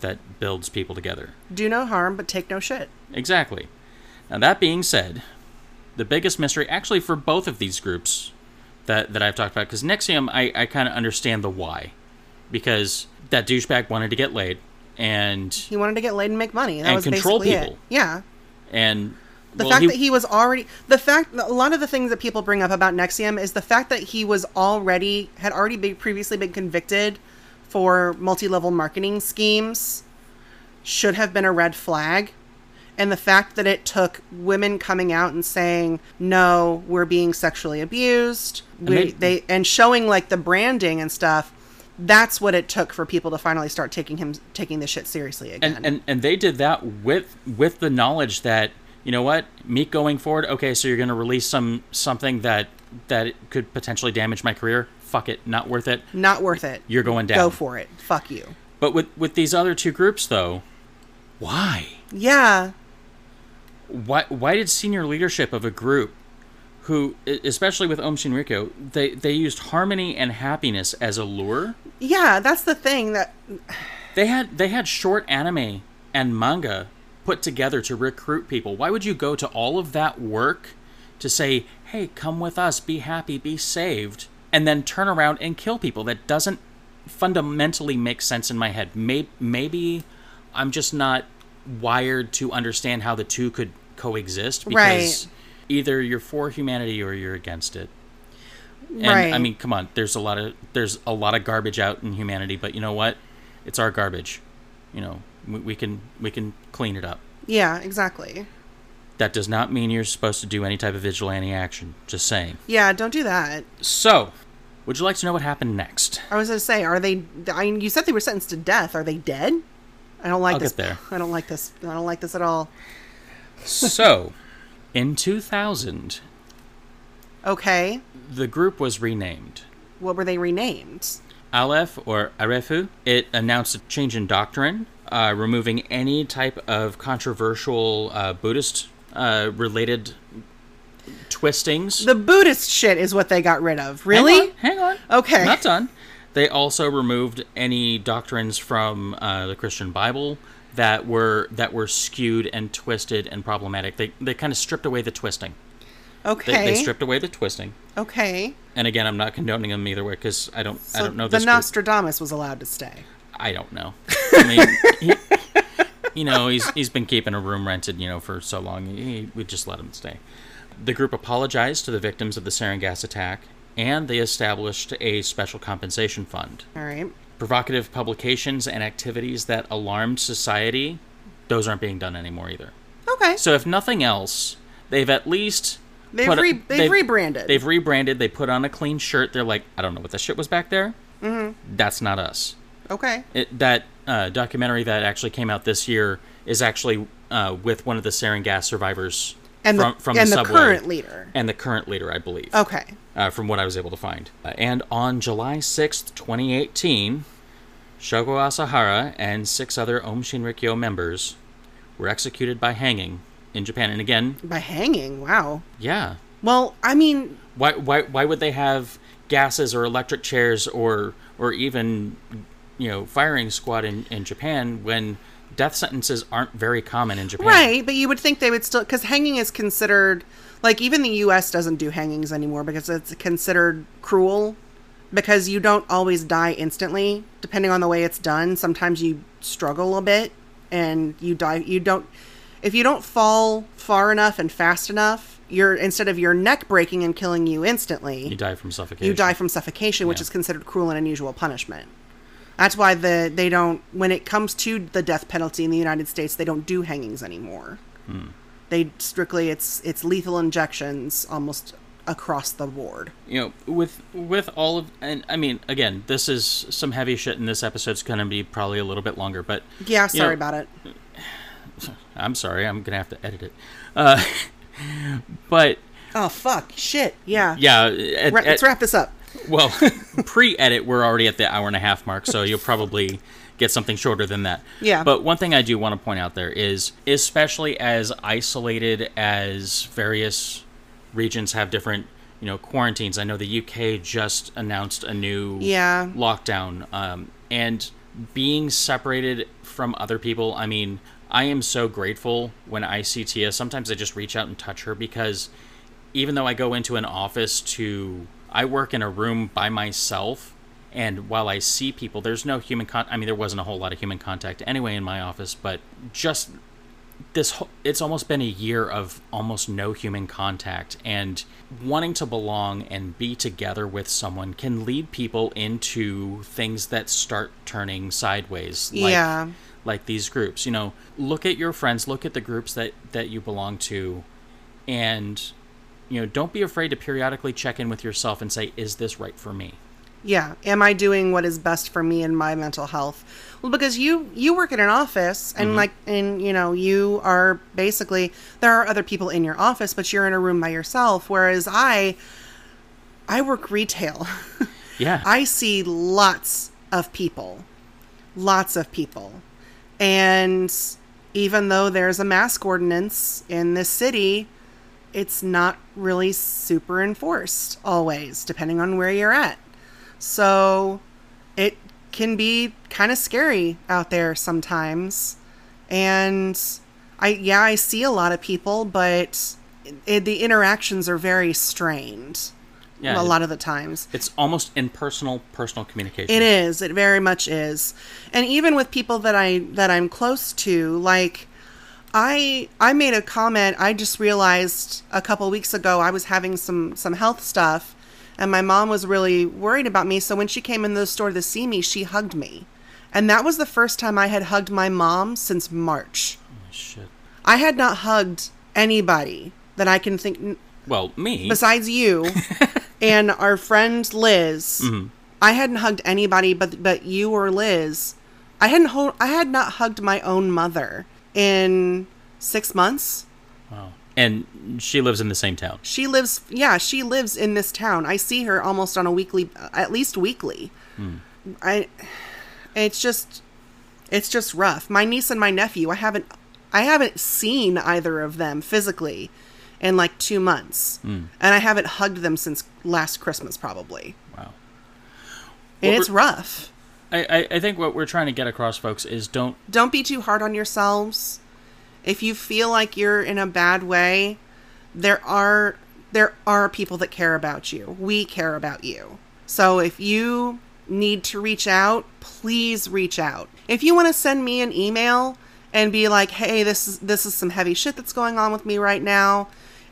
B: that builds people together.
A: Do no harm, but take no shit.
B: Exactly. Now, that being said, the biggest mystery, actually, for both of these groups that, that I've talked about, because Nexium, I, I kind of understand the why. Because that douchebag wanted to get laid, and,
A: He wanted to get laid and make money. That
B: And
A: was
B: control
A: basically
B: people.
A: it. Yeah.
B: and,
A: The
B: well,
A: fact
B: he-
A: that he was already the fact a lot of the things that people bring up about Nexium is the fact that he was already had already been previously been convicted for multi-level marketing schemes should have been a red flag and the fact that it took women coming out and saying no we're being sexually abused we,
B: they-
A: they and showing like the branding and stuff that's what it took for people to finally start taking him taking this shit seriously again
B: and, and and they did that with with the knowledge that you know what meek going forward okay so you're going to release some something that that could potentially damage my career fuck it not worth it
A: not worth it
B: you're going down
A: go for it fuck you
B: but with with these other two groups though why
A: yeah
B: why why did senior leadership of a group who e- especially with Om Shinrikyo they they used harmony and happiness as a lure
A: Yeah, that's the thing that
B: They had they had short anime and manga put together to recruit people. Why would you go to all of that work to say, "Hey, come with us, be happy, be saved," and then turn around and kill people? That doesn't fundamentally make sense in my head. Maybe, maybe I'm just not wired to understand how the two could coexist because
A: Right.
B: either you're for humanity or you're against it. And
A: right.
B: I mean, come on. There's a lot of there's a lot of garbage out in humanity, but you know what? It's our garbage. You know, we, we can we can clean it up.
A: yeah, exactly.
B: That does not mean you're supposed to do any type of vigilante action. Just saying.
A: Yeah, don't do that.
B: So, would you like to know what happened next?
A: I was gonna say, are they? I mean, you said they were sentenced to death. Are they dead? I don't like
B: I'll
A: this.
B: get there.
A: I don't like this. I don't like this at all.
B: so, in 2000,
A: Okay,
B: the group was renamed.
A: what were they renamed?
B: Aleph or Arefu, it announced a change in doctrine, uh, removing any type of controversial uh, Buddhist uh, related twistings.
A: The Buddhist shit is what they got rid of. Really?
B: Hang on. Hang on.
A: Okay.
B: Not done. They also removed any doctrines from uh, the Christian Bible that were that were skewed and twisted and problematic. They they kind of stripped away the twisting.
A: Okay.
B: They, they stripped away the twisting.
A: okay.
B: And again, I'm not condoning them either way because I don't
A: So
B: I don't know
A: the
B: this. group.
A: Nostradamus was allowed to stay.
B: I don't know. I mean, he, you know, he's he's been keeping a room rented, you know, for so long. He, we just let him stay. The group apologized to the victims of the sarin gas attack, and they established a special compensation fund.
A: All right.
B: Provocative publications and activities that alarmed society, those aren't being done anymore either.
A: Okay.
B: So, if nothing else, they've at least
A: They've
B: put a-
A: re- they've rebranded.
B: They've rebranded. They put on a clean shirt. They're like, I don't know what that shit was back there. Mm-hmm. That's not us
A: okay.
B: it, that uh, documentary that actually came out this year is actually uh, with one of the sarin gas survivors
A: And
B: from,
A: the
B: from
A: and
B: the
A: the,
B: subway
A: current leader.
B: and the current leader, I believe,
A: Okay.
B: uh, from what I was able to find. Uh, and on July sixth, twenty eighteen, Shogo Asahara and six other Om Shinrikyo members were executed by hanging in Japan. And again,
A: By hanging. Wow.
B: yeah,
A: Well, I mean,
B: why why why would they have gases or electric chairs or or even you know firing squad in, in Japan when death sentences aren't very common in Japan?
A: Right, but you would think they would still because hanging is considered like even the U.S. doesn't do hangings anymore because it's considered cruel because you don't always die instantly. Depending on the way it's done, sometimes you struggle a bit and you die. You don't if you don't fall far enough and fast enough, your instead of your neck breaking and killing you instantly,
B: You die from suffocation.
A: you die from suffocation, which
B: Yeah.
A: is considered cruel and unusual punishment. That's why the they don't when it comes to the death penalty in the United States, they don't do hangings anymore.
B: Hmm.
A: They strictly it's it's lethal injections almost across the board.
B: you know with with all of and i mean again this is some heavy shit and this episode's gonna be probably a little bit longer but
A: Yeah, sorry
B: know,
A: about it.
B: i'm sorry i'm gonna have to edit it uh, [LAUGHS] but
A: Oh fuck, shit. Yeah.
B: yeah at,
A: Ra- let's
B: at-
A: wrap this up.
B: well [LAUGHS] pre-edit we're already at the hour and a half mark so you'll probably get something shorter than that
A: Yeah.
B: but one thing i do want to point out there is especially as isolated as various regions have different you know quarantines i know the uk just announced a new
A: Yeah.
B: lockdown um, and being separated from other people i mean i am so grateful when i see tia sometimes i just reach out and touch her because even though i go into an office to i work in a room by myself and while i see people there's no human con i mean there wasn't a whole lot of human contact anyway in my office but just this whole, it's almost been a year of almost no human contact and wanting to belong and be together with someone can lead people into things that start turning sideways like,
A: Yeah.
B: like these groups you know look at your friends look at the groups that that you belong to and you know don't be afraid to periodically check in with yourself and say is this right for me
A: Yeah. Am I doing what is best for me and my mental health? Well, because you you work in an office and like and you know, you are basically there are other people in your office, but you're in a room by yourself whereas I I work retail. [LAUGHS]
B: yeah
A: I see lots of people. Lots of people. And even though there's a mask ordinance in this city, it's not really super enforced always, depending on where you're at. So it can be kind of scary out there sometimes. And I, yeah, I see a lot of people, but it, the interactions are very strained
B: yeah
A: a lot of the times.
B: it's almost impersonal personal communication
A: It is. It very much is. And even with people that I that I'm close to, like I I made a comment. I just realized a couple weeks ago I was having some some health stuff and my mom was really worried about me, so when she came in the store to see me, she hugged me. And that was the first time I had hugged my mom since March.
B: Shit.
A: I had not hugged anybody that I can think
B: well me
A: besides you and our friend Liz, I hadn't hugged anybody but but you or Liz. I hadn't ho- I had not hugged my own mother in 6 months.
B: Wow. And she lives in the same town.
A: She lives yeah, she lives in this town. I see her almost on a weekly at least weekly. I it's just it's just rough. My niece and my nephew, I haven't I haven't seen either of them physically in like 2 months. And I haven't hugged them since last Christmas probably.
B: Wow.
A: And
B: Well,
A: it's rough.
B: I, I, I think what we're trying to get across, folks, is don't.
A: Don't be too hard on yourselves. If you feel like you're in a bad way, there are there are people that care about you. We care about you. So if you need to reach out, please reach out. If you want to send me an email and be like, "Hey, this is this is some heavy shit that's going on with me right now."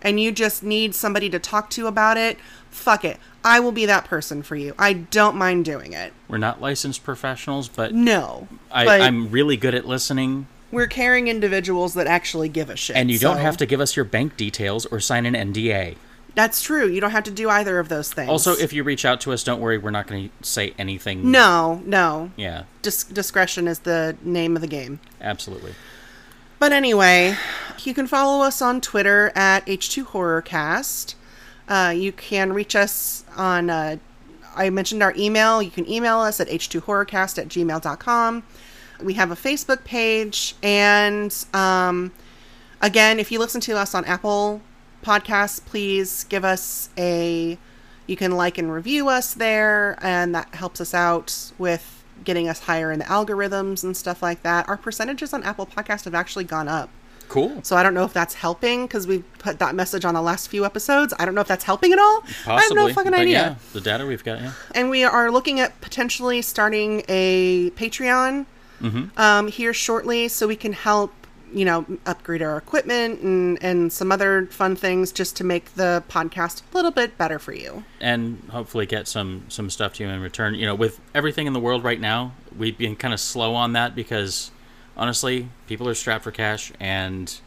A: and you just need somebody to talk to about it, fuck it. I will be that person for you. I don't mind doing it.
B: We're not licensed professionals, but
A: No.
B: I,
A: but-
B: I'm really good at listening.
A: we're caring individuals that actually give a shit.
B: And you don't
A: so-
B: have to give us your bank details or sign an NDA.
A: That's true. You don't have to do either of those things.
B: Also, if you reach out to us, don't worry, we're not going to say anything.
A: no, no,
B: Yeah,
A: Dis- discretion is the name of the game.
B: absolutely.
A: But anyway, you can follow us on Twitter at H2HorrorCast. Uh, you can reach us on, uh, I mentioned our email. You can email us at H2HorrorCast at gmail.com. We have a Facebook page. And um, again, if you listen to us on Apple Podcasts, please give us a, you can like and review us there. And that helps us out with getting us higher in the algorithms and stuff like that. Our percentages on Apple Podcast have actually gone up.
B: Cool.
A: So I don't know if that's helping because we put that message on the last few episodes. I don't know if that's helping at all. I have
B: Possibly.
A: no fucking
B: but
A: idea.
B: Yeah, the data we've got, yeah.
A: And we are looking at potentially
B: Mm-hmm.
A: starting a Patreon um, here shortly so we can help you know, upgrade our equipment and, and some other fun things just to make the podcast a little bit better for you.
B: and hopefully get some some stuff to you in return. You know, with everything in the world right now, we've been kind of slow on that because honestly, people are strapped for cash and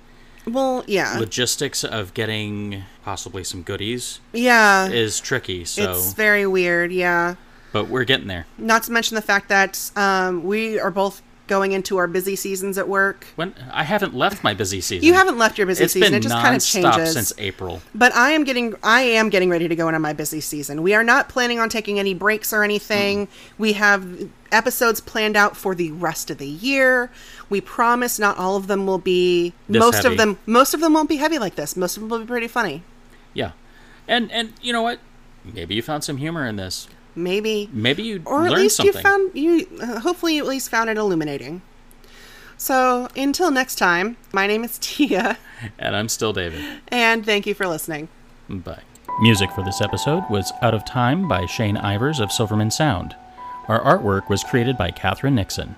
A: Well, yeah.
B: logistics of getting possibly some goodies
A: yeah.
B: is tricky. So,
A: It's very weird, yeah.
B: but we're getting there.
A: Not to mention the fact that um, we are both going into our busy seasons at work.
B: When I haven't left my busy season.
A: You haven't left your busy
B: It's
A: season.
B: been
A: It just kind of
B: nonstop
A: changes.
B: since April.
A: But I am getting I am getting ready to go into my busy season. We are not planning on taking any breaks or anything.
B: Mm-hmm.
A: We have episodes planned out for the rest of the year. We promise not all of them will be
B: This
A: most
B: heavy.
A: of them most of them won't be heavy like this. Most of them will be pretty funny.
B: Yeah, and and you know what? Maybe you found some humor in this.
A: Maybe
B: Maybe you
A: or at
B: learned
A: least
B: something.
A: you found you uh, hopefully you at least found it illuminating. So, until next time, my name is [LAUGHS] Tia
B: and I'm still David.
A: and thank you for listening.
B: Bye. Music for this episode was Out of Time by Shane Ivers of Silverman Sound. Our artwork was created by Katherine Nixon.